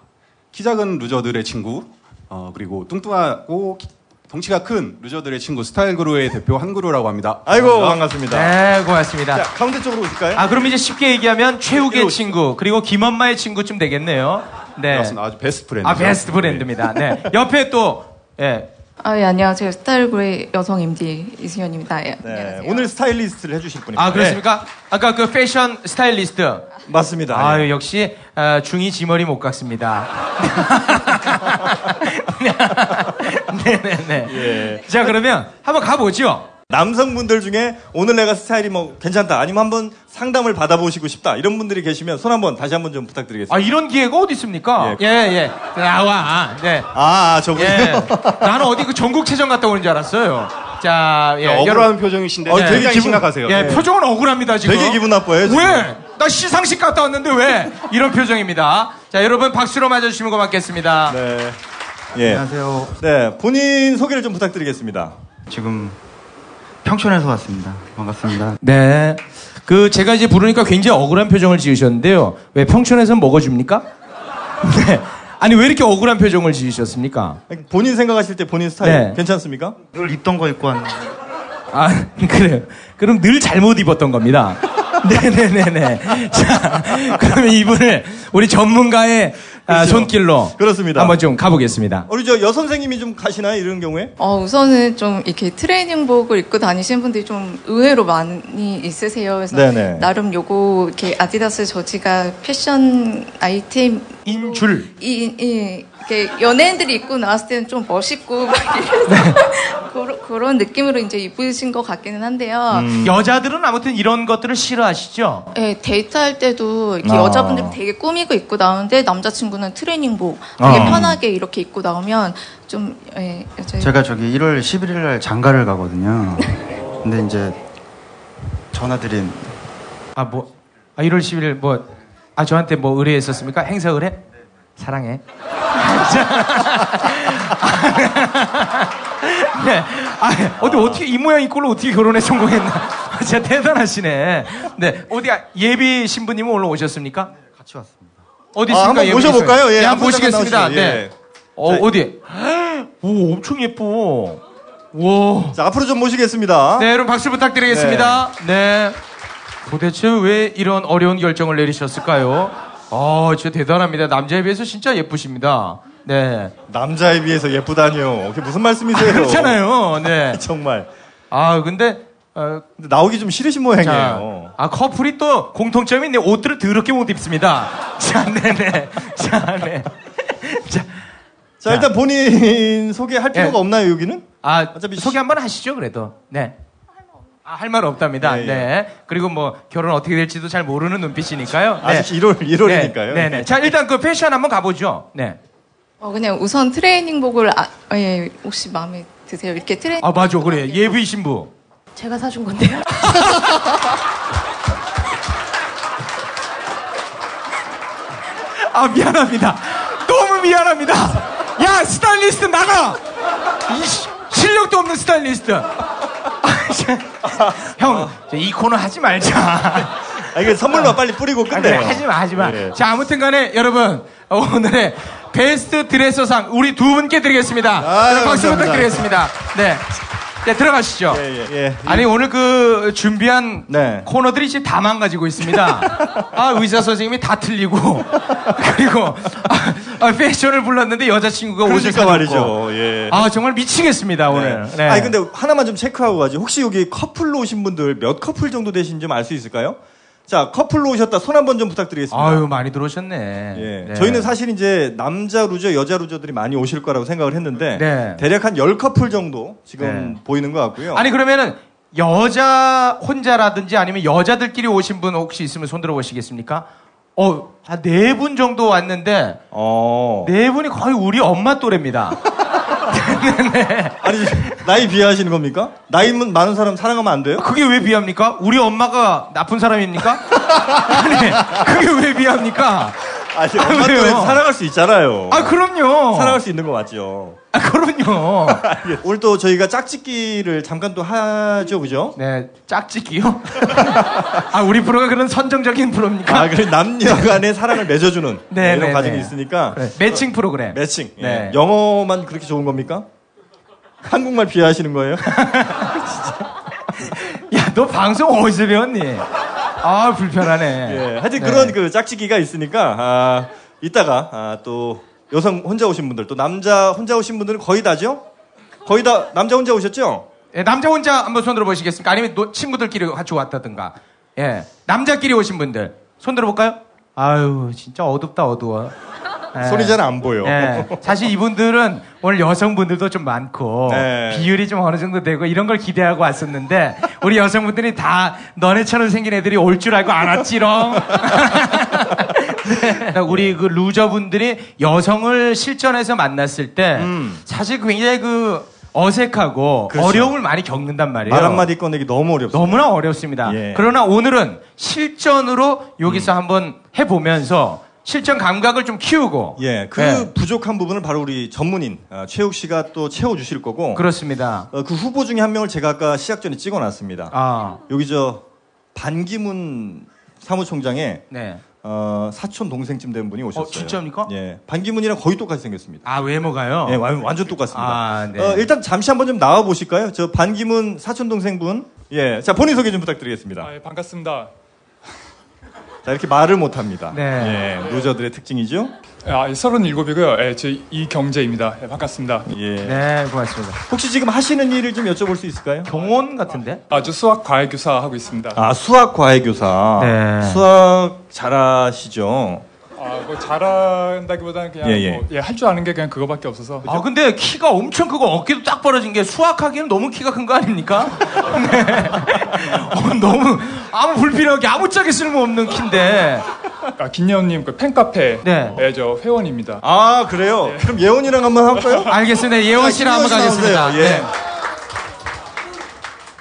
[SPEAKER 15] 키 작은 루저들의 친구, 어, 그리고 뚱뚱하고 키- 덩치가 큰 루저들의 친구 스타일그루의 대표 한그루라고 합니다.
[SPEAKER 8] 아이고, 반갑습니다.
[SPEAKER 9] 네, 고맙습니다.
[SPEAKER 8] 자, 가운데 쪽으로 오실까요?
[SPEAKER 9] 아, 그럼 이제 쉽게 얘기하면 최욱의 친구, 그리고 김엄마의 친구쯤 되겠네요. 네.
[SPEAKER 15] 맞습니다. 아주 베스트 브랜드.
[SPEAKER 9] 아, 베스트 브랜드입니다. 네. 옆에 또, 예.
[SPEAKER 13] 아, 예, 안녕하세요. 스타일그레이 여성 MD 이승현입니다. 예.
[SPEAKER 8] 네, 오늘 스타일리스트를 해주실 분입니다.
[SPEAKER 15] 네.
[SPEAKER 8] 네,
[SPEAKER 9] 아, 그렇습니까? 아까 그 패션 스타일리스트.
[SPEAKER 15] 아,
[SPEAKER 8] 맞습니다.
[SPEAKER 15] 네.
[SPEAKER 9] 아유, 역시, 아, 중이 지머리 못 갔습니다. 네네네.
[SPEAKER 15] 예.
[SPEAKER 9] 자, 그러면 한번 가보죠.
[SPEAKER 8] 예. 남성분들 중에 오늘 내가 스타일이 뭐 괜찮다 아니면 한번 상담을 받아보시고 싶다 이런 분들이 계시면 손 한번 다시 한번 좀 부탁드리겠습니다.
[SPEAKER 9] 아, 이런 기회가 어디 있습니까? 예, 예. 나와. 네.
[SPEAKER 8] 아, 저분요.
[SPEAKER 9] 나는 어디 그 전국체전 갔다 오는 줄 알았어요. 자, 예.
[SPEAKER 15] 야, 억울한
[SPEAKER 9] 여러분.
[SPEAKER 15] 네, 표정이신데 네, 굉장히 심각하세요.
[SPEAKER 9] 어, 예,
[SPEAKER 15] 네.
[SPEAKER 9] 표정은 억울합니다, 지금.
[SPEAKER 15] 되게 기분 나빠요, 지금.
[SPEAKER 9] 왜? 나 시상식 갔다 왔는데 왜? 이런 표정입니다. 자, 여러분 박수로 맞아주시면 고맙겠습니다.
[SPEAKER 8] 네. 안녕하세요. 네, 본인 소개를 좀 부탁드리겠습니다.
[SPEAKER 16] 지금 평촌에서 왔습니다. 반갑습니다.
[SPEAKER 9] 네. 그 제가 이제 부르니까 굉장히 억울한 표정을 지으셨는데요. 왜 평촌에서 먹어줍니까? 네. 아니 왜 이렇게 억울한 표정을 지으셨습니까?
[SPEAKER 8] 본인 생각하실 때 본인 스타일
[SPEAKER 9] 네.
[SPEAKER 8] 괜찮습니까?
[SPEAKER 16] 늘 입던 거 입고 왔는데.
[SPEAKER 9] 아 그래요. 그럼 늘 잘못 입었던 겁니다. 네네네네. 자 그러면 이분을 우리 전문가의 아,
[SPEAKER 8] 그렇죠.
[SPEAKER 9] 손길로
[SPEAKER 8] 그렇습니다.
[SPEAKER 9] 한번 좀 가보겠습니다.
[SPEAKER 8] 우리 저 여선생님이 좀 가시나요? 이런 경우에?
[SPEAKER 13] 어, 우선은 좀 이렇게 트레이닝복을 입고 다니시는 분들이 좀 의외로 많이 있으세요. 그래서
[SPEAKER 8] 네네.
[SPEAKER 13] 나름 요거 이렇게 아디다스 저지가 패션 아이템
[SPEAKER 9] 인 줄.
[SPEAKER 13] 이, 이, 이렇게 연예인들이 입고 나왔을 때는 좀 멋있고 막 이래서
[SPEAKER 14] 네.
[SPEAKER 13] 그런, 그런 느낌으로 이제 입으신 것 같기는 한데요.
[SPEAKER 14] 음.
[SPEAKER 9] 여자들은 아무튼 이런 것들을 싫어하시죠?
[SPEAKER 13] 예, 데이트할 때도 이렇게
[SPEAKER 9] 아.
[SPEAKER 13] 여자분들 되게 꾸미고 입고 나오는데 남자친구는 트레이닝복 되게
[SPEAKER 16] 어.
[SPEAKER 13] 편하게 이렇게 입고 나오면 좀 예, 여자
[SPEAKER 16] 제가 저기 1월 11일 날 장가를 가거든요. 근데 이제 전화드린
[SPEAKER 9] 아 뭐? 아 1월 10일 뭐? 아 저한테 뭐 의뢰했었습니까? 행사 의뢰? 사랑해. 네. 아, 어디 어떻게 이 모양 이 꼴로 어떻게 결혼에 성공했나? 진짜 대단하시네. 네. 어디 아, 예비 신부님은 오늘 오셨습니까?
[SPEAKER 16] 네, 같이 왔습니다.
[SPEAKER 9] 어디
[SPEAKER 16] 아,
[SPEAKER 9] 있습니까?
[SPEAKER 16] 한번
[SPEAKER 9] 예비
[SPEAKER 16] 모셔볼까요?
[SPEAKER 9] 신부?
[SPEAKER 16] 예,
[SPEAKER 9] 네,
[SPEAKER 16] 한
[SPEAKER 9] 한번
[SPEAKER 16] 분 잠깐
[SPEAKER 9] 모시겠습니다.
[SPEAKER 16] 나오시죠.
[SPEAKER 9] 네.
[SPEAKER 16] 예.
[SPEAKER 9] 어,
[SPEAKER 16] 자,
[SPEAKER 9] 어디? 오, 엄청 예뻐. 와.
[SPEAKER 8] 자, 앞으로 좀 모시겠습니다.
[SPEAKER 9] 네, 여러분 박수 부탁드리겠습니다. 네. 도대체 왜 이런 어려운 결정을 내리셨을까요? 아, 진짜 대단합니다. 남자에 비해서 진짜 예쁘십니다. 네. 아,
[SPEAKER 8] 남자에 비해서 예쁘다니요. 그게 무슨 말씀이세요?
[SPEAKER 9] 그렇잖아요. 네.
[SPEAKER 8] 정말.
[SPEAKER 9] 아, 근데
[SPEAKER 8] 나오기 좀 싫으신 모양이에요.
[SPEAKER 9] 자, 아, 커플이 또 공통점이 있네. 옷들을 더럽게 못 입습니다. 자, 네네. 자, 네.
[SPEAKER 8] 자, 일단 본인 소개할
[SPEAKER 9] 예.
[SPEAKER 8] 필요가 없나요, 여기는?
[SPEAKER 9] 아, 소개 한번 하시죠, 그래도. 네. 아, 할 말
[SPEAKER 8] 예,
[SPEAKER 9] 없답니다. 네. 그리고 뭐, 결혼 어떻게 될지도 잘 모르는 눈빛이니까요. 네.
[SPEAKER 8] 아직 1월, 1월이니까요.
[SPEAKER 9] 네, 네. 자, 일단 그 패션 한번 가보죠. 네.
[SPEAKER 13] 어, 그냥 우선 트레이닝복을 아, 예, 혹시 마음에 드세요? 이렇게 트레이닝
[SPEAKER 9] 아, 맞아. 그래. 예비 신부.
[SPEAKER 13] 제가 사준 건데요.
[SPEAKER 9] 아, 미안합니다. 너무 미안합니다. 야, 스타일리스트 나가! 이 시- 실력도 없는 스타일리스트. 아, 참. 형, 저이 코너 하지 말자.
[SPEAKER 8] 아, 이게 선물만 빨리 뿌리고 끝내요.
[SPEAKER 9] 하지 마, 하지 마.
[SPEAKER 8] 예.
[SPEAKER 9] 자, 아무튼 간에 여러분, 어, 오늘의 베스트 드레서상 우리 두 분께 드리겠습니다. 여러분 박수
[SPEAKER 8] 감사합니다. 예,
[SPEAKER 9] 부탁드리겠습니다. 네. 네, 들어가시죠. 아니, 오늘 그 준비한
[SPEAKER 8] 네.
[SPEAKER 9] 코너들이 지금 다 망가지고 있습니다. 아, 의사 선생님이 다 틀리고. 그리고 아, 아, 패션을 불렀는데 여자친구가 옷을 사줬고.
[SPEAKER 8] 그러니까 말이죠. 예.
[SPEAKER 9] 아, 정말 미치겠습니다, 오늘. 네.
[SPEAKER 8] 아니 근데 하나만 좀 체크하고 가지. 혹시 여기 커플로 오신 분들 몇 커플 정도 되신지 좀 알 수 있을까요? 자, 커플로 오셨다. 손 한번 좀 부탁드리겠습니다. 예.
[SPEAKER 9] 아유, 많이 들어오셨네. 네.
[SPEAKER 8] 저희는 사실 이제 남자 루저, 여자 루저들이 많이 오실 거라고 생각을 했는데
[SPEAKER 9] 네.
[SPEAKER 8] 대략 한 10커플 정도 지금
[SPEAKER 9] 네.
[SPEAKER 8] 보이는 것 같고요.
[SPEAKER 9] 아니 그러면은 여자 혼자라든지 아니면 여자들끼리 오신 분 혹시 있으면 손 들어 보시겠습니까? 어, 한 네 분 정도 왔는데
[SPEAKER 8] 어.
[SPEAKER 9] 네 분이 거의 우리 엄마 또래입니다. 네,
[SPEAKER 8] 아니 나이 비하하시는 겁니까? 나이 많은 사람 사랑하면 안 돼요?
[SPEAKER 9] 그게 왜 비합니까? 우리 엄마가 나쁜 사람입니까? 아니, 그게 왜 비합니까?
[SPEAKER 8] 아니, 엄마
[SPEAKER 9] 왜요?
[SPEAKER 8] 때문에 살아갈 수 있잖아요.
[SPEAKER 9] 아, 그럼요.
[SPEAKER 8] 살아갈 수 있는 거 맞죠?
[SPEAKER 9] 아, 그럼요.
[SPEAKER 8] 오늘 또 저희가 짝짓기를 잠깐 또 하죠, 그죠?
[SPEAKER 9] 네, 짝짓기요? 아, 우리 프로가 그런 선정적인 프로입니까?
[SPEAKER 8] 아, 그 남녀 간의 사랑을 맺어주는
[SPEAKER 9] 네,
[SPEAKER 8] 이런
[SPEAKER 9] 네,
[SPEAKER 8] 과정이
[SPEAKER 9] 네.
[SPEAKER 8] 있으니까.
[SPEAKER 9] 매칭 프로그램.
[SPEAKER 8] 매칭. 예.
[SPEAKER 9] 네.
[SPEAKER 8] 영어만 그렇게 좋은 겁니까? 한국말 비하하시는 거예요?
[SPEAKER 9] 야, 너 방송 어디서 배웠니? 아, 불편하네.
[SPEAKER 8] 예,
[SPEAKER 9] 네.
[SPEAKER 8] 하여튼 그런 그 짝짓기가 있으니까 아, 이따가 아, 또 여성 혼자 오신 분들 또 남자 혼자 오신 분들은 거의 다죠? 거의 다 남자 혼자 오셨죠?
[SPEAKER 9] 예, 남자 혼자 한번 손 들어 보시겠습니까? 아니면 노- 친구들끼리 같이 왔다든가. 예. 남자끼리 오신 분들 손 들어 볼까요? 아유, 진짜 어둡다, 어두워. 예.
[SPEAKER 8] 소리 잘 안 보여.
[SPEAKER 9] 예. 사실 이분들은 오늘 여성분들도 좀 많고
[SPEAKER 8] 네.
[SPEAKER 9] 비율이 좀 어느 정도 되고 이런 걸 기대하고 왔었는데 우리 여성분들이 다 너네처럼 생긴 애들이 올 줄 알고 안 왔지롱.
[SPEAKER 8] 네.
[SPEAKER 9] 그러니까 우리 그 루저분들이 여성을 실전에서 만났을 때 사실 굉장히 그 어색하고
[SPEAKER 8] 음. 그렇죠.
[SPEAKER 9] 어려움을 많이 겪는단 말이에요.
[SPEAKER 8] 말 한마디 꺼내기 너무 어렵습니다.
[SPEAKER 9] 너무나 어렵습니다.
[SPEAKER 8] 예. 음.
[SPEAKER 9] 그러나 오늘은 실전으로 여기서 한번 해보면서 실전 감각을 좀 키우고
[SPEAKER 8] 예, 그
[SPEAKER 9] 예.
[SPEAKER 8] 부족한 부분을 바로 우리 전문인 아, 최욱 씨가 또 채워 주실 거고.
[SPEAKER 9] 그렇습니다.
[SPEAKER 8] 어, 그 후보 중에 한 명을 제가 아까 시작 전에 찍어놨습니다.
[SPEAKER 9] 아.
[SPEAKER 8] 여기 저 반기문 사무총장의
[SPEAKER 9] 네.
[SPEAKER 8] 어, 사촌 동생쯤 된 분이 오셨어요.
[SPEAKER 9] 어, 진짜입니까?
[SPEAKER 8] 예, 반기문이랑 거의 똑같이 생겼습니다.
[SPEAKER 9] 아 외모가요?
[SPEAKER 8] 예,
[SPEAKER 14] 네,
[SPEAKER 8] 완- 완전 똑같습니다.
[SPEAKER 9] 아, 네.
[SPEAKER 8] 어, 일단 잠시 한번 좀 나와 보실까요? 저 반기문 사촌 동생분. 예, 자 본인 소개 좀 부탁드리겠습니다.
[SPEAKER 14] 아, 예, 반갑습니다.
[SPEAKER 8] 자 이렇게 말을 못합니다.
[SPEAKER 14] 네.
[SPEAKER 8] 예, 루저들의 특징이죠.
[SPEAKER 14] 아, 37이고요. 예, 제 이경재입니다. 예, 반갑습니다.
[SPEAKER 8] 예.
[SPEAKER 9] 네, 고맙습니다.
[SPEAKER 8] 혹시 지금 하시는 일을 좀 여쭤볼 수 있을까요?
[SPEAKER 9] 경원 같은데?
[SPEAKER 14] 아, 저 수학 과외 교사 하고 있습니다.
[SPEAKER 8] 아 수학 과외교사.
[SPEAKER 9] 네.
[SPEAKER 8] 수학 잘하시죠?
[SPEAKER 14] 아, 뭐 잘한다기보다는 그냥
[SPEAKER 8] 예, 예.
[SPEAKER 14] 뭐, 예, 할 줄 아는 게 그냥 그거밖에 없어서.
[SPEAKER 9] 아 근데 키가 엄청 크고 어깨도 딱 벌어진 게 수학하기에는 너무 키가 큰 거 아닙니까? 네. 어, 너무 아무 불필요하게 아무짝에 쓸모없는 키인데
[SPEAKER 14] 아, 김예원님 그 팬카페.
[SPEAKER 9] 네.
[SPEAKER 14] 예, 저 회원입니다.
[SPEAKER 8] 아 그래요? 그럼 예원이랑 한번 할까요?
[SPEAKER 9] 알겠습니다.
[SPEAKER 8] 아,
[SPEAKER 9] 예원 씨랑 한번 가겠습니다. 네.
[SPEAKER 8] 나오세요. 예.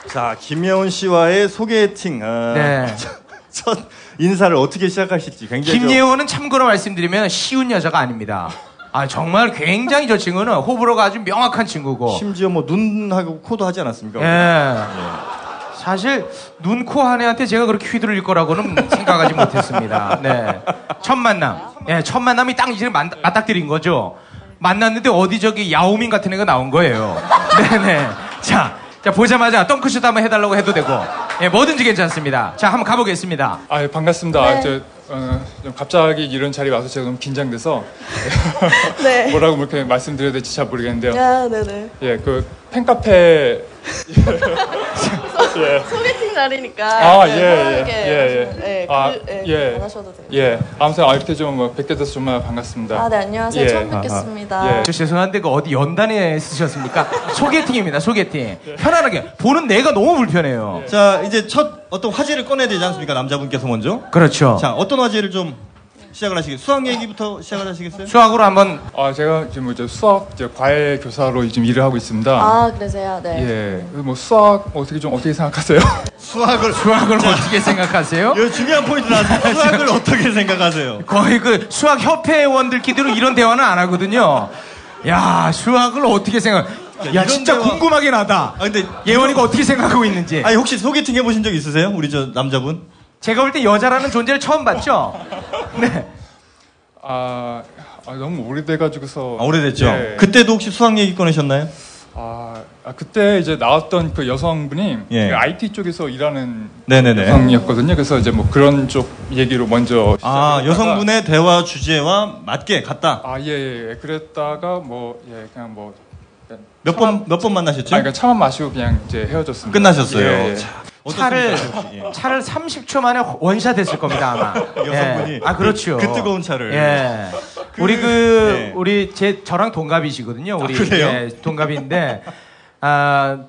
[SPEAKER 8] 자 김예원 씨와의 소개팅 아,
[SPEAKER 9] 네.
[SPEAKER 8] 첫, 첫 인사를 어떻게 시작하실지 굉장히 좀-
[SPEAKER 9] 김예원은 참고로 말씀드리면 쉬운 여자가 아닙니다. 아 정말 굉장히 저 친구는 호불호가 아주 명확한 친구고
[SPEAKER 8] 심지어 뭐 눈하고 코도 하지 않았습니까?
[SPEAKER 9] 네. 예. 사실 눈, 코, 한 애한테 제가 그렇게 휘두를 거라고는 생각하지 못했습니다. 네. 첫 만남. 예, 첫 만남이 딱 이제 만- 맞닥뜨린 거죠. 만났는데 어디 저기 야오민 같은 애가 나온 거예요. 네네. 자, 자 보자마자 덩크슛 한번 해달라고 해도 되고, 예, 뭐든지 괜찮습니다. 자, 한번 가보겠습니다.
[SPEAKER 14] 아, 예, 반갑습니다.
[SPEAKER 9] 네.
[SPEAKER 14] 저, 어, 좀 갑자기 이런 자리에 와서 제가 너무 긴장돼서 뭐라고 그렇게 말씀드려야 될지 잘 모르겠는데요.
[SPEAKER 17] 아, 네네.
[SPEAKER 14] 예, 그 팬카페 예.
[SPEAKER 17] 소개팅 날이니까.
[SPEAKER 14] 아, 예,
[SPEAKER 17] 네,
[SPEAKER 14] 예,
[SPEAKER 17] 편하게
[SPEAKER 14] 예, 예.
[SPEAKER 17] 네, 그,
[SPEAKER 14] 아,
[SPEAKER 17] 예,
[SPEAKER 14] 예.
[SPEAKER 17] 안 하셔도 돼요.
[SPEAKER 14] 예. 아무튼 아, 이렇게 좀 뭐, 뵙게 돼서 정말 반갑습니다.
[SPEAKER 17] 아, 네, 안녕하세요.
[SPEAKER 14] 예.
[SPEAKER 17] 처음 뵙겠습니다.
[SPEAKER 9] 저 죄송한데 그 어디 연단에 쓰셨습니까? 소개팅입니다. 소개팅. 편안하게 보는 내가 너무 불편해요.
[SPEAKER 8] 자 이제 첫 어떤 화제를 꺼내야 되지 않습니까? 남자분께서 먼저.
[SPEAKER 9] 그렇죠.
[SPEAKER 8] 자 어떤 화제를 좀 시작을 하시겠어요? 수학 얘기부터 시작을 하시겠어요?
[SPEAKER 9] 수학으로 한번
[SPEAKER 14] 아, 제가 지금 이제 수학 이제 과외 교사로 지금 일을 하고 있습니다.
[SPEAKER 17] 아, 그러세요? 네.
[SPEAKER 14] 예. 뭐 수학 어떻게 좀 어떻게 생각하세요? 예.
[SPEAKER 8] 수학을 아,
[SPEAKER 9] 수학을 어떻게 생각하세요?
[SPEAKER 8] 이 예, 중요한 포인트 나왔어요. 수학을 어떻게 생각하세요?
[SPEAKER 9] 거의 그 수학 협회원들끼리로 이런 대화는 안 하거든요. 야 수학을 어떻게 생각? 야,
[SPEAKER 8] 이런
[SPEAKER 9] 진짜
[SPEAKER 8] 대화-
[SPEAKER 9] 궁금하긴
[SPEAKER 14] 아,
[SPEAKER 9] 하다.
[SPEAKER 8] 아, 근데
[SPEAKER 9] 예원이가 어떻게 생각하고 있는지.
[SPEAKER 8] 아니 혹시 소개팅 해보신 적 있으세요? 우리 저 남자분?
[SPEAKER 9] 제가 볼 때 여자라는 존재를 처음 봤죠. 네.
[SPEAKER 14] 아, 아, 너무 오래돼 가지고서
[SPEAKER 8] 아, 오래됐죠.
[SPEAKER 14] 예.
[SPEAKER 8] 그때도 혹시 수학 얘기 꺼내셨나요?
[SPEAKER 14] 아, 아, 그때 이제 나왔던 그 여성분이
[SPEAKER 8] 예.
[SPEAKER 14] 그 IT 쪽에서 일하는
[SPEAKER 8] 네네네.
[SPEAKER 14] 여성이었거든요. 그래서 이제 뭐 그런 쪽 얘기로 먼저
[SPEAKER 8] 아
[SPEAKER 14] 시작을
[SPEAKER 8] 여성분의 대화 주제와 맞게 갔다.
[SPEAKER 14] 아, 예, 예, 예. 그랬다가 뭐, 예, 그냥 뭐.
[SPEAKER 8] 몇 번 몇 번 만나셨죠?
[SPEAKER 14] 아, 그러니까 차만 마시고 그냥 이제 헤어졌습니다.
[SPEAKER 8] 끝나셨어요.
[SPEAKER 14] 예, 예.
[SPEAKER 8] 자,
[SPEAKER 9] 차를 차를 30초 만에 원샷했을 겁니다 아마.
[SPEAKER 8] 예. 여성분이
[SPEAKER 9] 예. 아 그렇죠.
[SPEAKER 8] 그- 그 뜨거운 차를.
[SPEAKER 9] 예.
[SPEAKER 8] 그-
[SPEAKER 9] 우리 그
[SPEAKER 8] 예.
[SPEAKER 9] 우리 제 저랑 동갑이시거든요. 우리
[SPEAKER 8] 아, 그래요?
[SPEAKER 9] 예, 동갑인데 아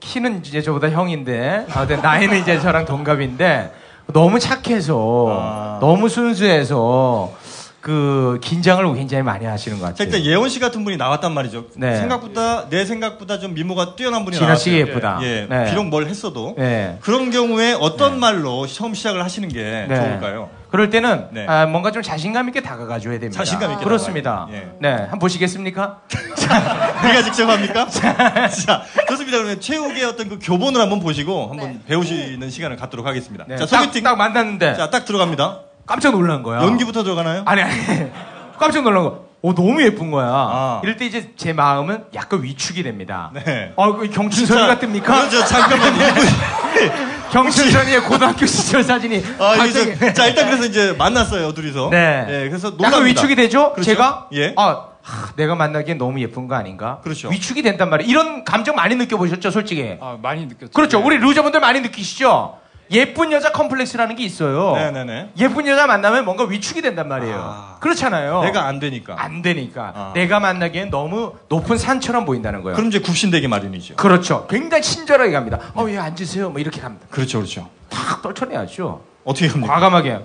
[SPEAKER 9] 키는 이제 저보다 형인데 아, 근데 나이는 이제 저랑 동갑인데 너무 착해서
[SPEAKER 8] 아.
[SPEAKER 9] 너무 순수해서 그 긴장을 굉장히 많이 하시는 것
[SPEAKER 8] 자
[SPEAKER 9] 같아요.
[SPEAKER 8] 일단 예원 씨 같은 분이 나왔단 말이죠.
[SPEAKER 9] 네.
[SPEAKER 8] 생각보다 내 생각보다 좀 미모가 뛰어난 분이
[SPEAKER 9] 지나치게
[SPEAKER 8] 나왔어요.
[SPEAKER 9] 예쁘다.
[SPEAKER 8] 예, 예.
[SPEAKER 9] 네.
[SPEAKER 8] 비록 뭘 했어도
[SPEAKER 9] 예.
[SPEAKER 8] 그런 경우에 어떤 말로 처음 시작을 하시는 게
[SPEAKER 9] 네.
[SPEAKER 8] 좋을까요?
[SPEAKER 9] 그럴 때는
[SPEAKER 7] 네.
[SPEAKER 9] 아, 뭔가 좀 자신감 있게 다가가줘야 됩니다.
[SPEAKER 7] 자신감 있게
[SPEAKER 9] 그렇습니다.
[SPEAKER 7] 다가가요.
[SPEAKER 8] 예.
[SPEAKER 9] 네, 한번 보시겠습니까?
[SPEAKER 8] 네가 직접 합니까? 자, 좋습니다. 그러면 최욱의 어떤 그 교본을 한번 보시고 한번 배우시는 시간을 갖도록 하겠습니다. 자,
[SPEAKER 9] 네. 딱-
[SPEAKER 8] 소개팅
[SPEAKER 9] 딱, 만났는데
[SPEAKER 8] 자, 딱 들어갑니다.
[SPEAKER 9] 깜짝 놀란 거야.
[SPEAKER 8] 연기부터 들어가나요?
[SPEAKER 9] 아니 아니 깜짝 놀란 거. 오 너무 예쁜 거야. 이럴 때 이제 제 마음은 약간 위축이 됩니다.
[SPEAKER 8] 아. 네. 그렇죠.
[SPEAKER 9] 어, 그 경춘선이가 뜹니까?
[SPEAKER 8] 저, 잠깐만요.
[SPEAKER 9] 경춘선이의 고등학교 시절 사진이
[SPEAKER 8] 아, 이게
[SPEAKER 9] 갑자기-
[SPEAKER 8] 저- 자, 일단 그래서 이제 만났어요, 둘이서.
[SPEAKER 9] 네.
[SPEAKER 8] 예, 그래서
[SPEAKER 9] 약간
[SPEAKER 8] 놀랍니다.
[SPEAKER 9] 위축이 되죠?
[SPEAKER 8] 그렇죠?
[SPEAKER 9] 제가
[SPEAKER 8] 예.
[SPEAKER 9] 아, 하, 내가 만나기엔 너무 예쁜 거 아닌가? 그렇죠. 위축이 된단 말이에요. 이런 감정 많이 느껴보셨죠, 솔직히? 아, 많이 느꼈죠.
[SPEAKER 8] 예.
[SPEAKER 9] 그렇죠. 우리 루저분들 많이 느끼시죠? 예쁜 여자 컴플렉스라는 게 있어요.
[SPEAKER 8] 네네네.
[SPEAKER 9] 예쁜 여자 만나면 뭔가 위축이 된단 말이에요. 그렇잖아요.
[SPEAKER 8] 내가 안 되니까. 아.
[SPEAKER 9] 안 되니까. 내가 만나기엔 너무 높은 산처럼 보인다는 거예요.
[SPEAKER 8] 그럼 이제 굽신되기 마련이죠.
[SPEAKER 9] 그렇죠. 굉장히 친절하게 갑니다. 어, 예, 앉으세요. 뭐 이렇게 갑니다.
[SPEAKER 8] 그렇죠, 그렇죠.
[SPEAKER 9] 탁 떨쳐내야죠.
[SPEAKER 8] 어떻게 합니까?
[SPEAKER 9] 과감하게.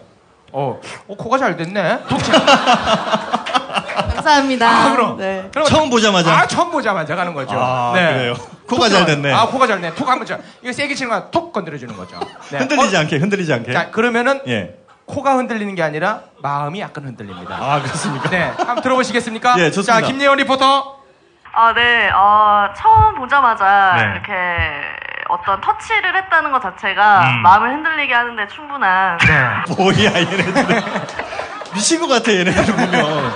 [SPEAKER 9] 어, 어, 코가 잘 됐네.
[SPEAKER 13] 네, 감사합니다.
[SPEAKER 9] 아, 그럼.
[SPEAKER 13] 네.
[SPEAKER 8] 처음 보자마자.
[SPEAKER 9] 아, 처음 보자마자 가는 거죠.
[SPEAKER 8] 아, 그래요. 코가
[SPEAKER 9] 톡
[SPEAKER 8] 잘
[SPEAKER 9] 들어가-
[SPEAKER 8] 됐네.
[SPEAKER 9] 아, 코가 잘 됐네. 톡 한번 쳐. 이거 세게 치는 거야. 톡 건드려주는 거죠. 네. 어,
[SPEAKER 8] 흔들리지 않게, 흔들리지 않게.
[SPEAKER 9] 자, 그러면은
[SPEAKER 8] 예.
[SPEAKER 9] 코가 흔들리는 게 아니라 마음이 약간 흔들립니다. 아,
[SPEAKER 8] 그렇습니까?
[SPEAKER 9] 네. 한번 들어보시겠습니까?
[SPEAKER 8] 예, 좋습니다.
[SPEAKER 9] 자, 김예원 리포터.
[SPEAKER 17] 아, 네. 어, 처음 보자마자
[SPEAKER 9] 네.
[SPEAKER 17] 이렇게 어떤 터치를 했다는 것 자체가
[SPEAKER 8] 음.
[SPEAKER 17] 마음을 흔들리게 하는데 충분한.
[SPEAKER 8] 뭐야 얘네들 미친 것 같아 얘네들 보면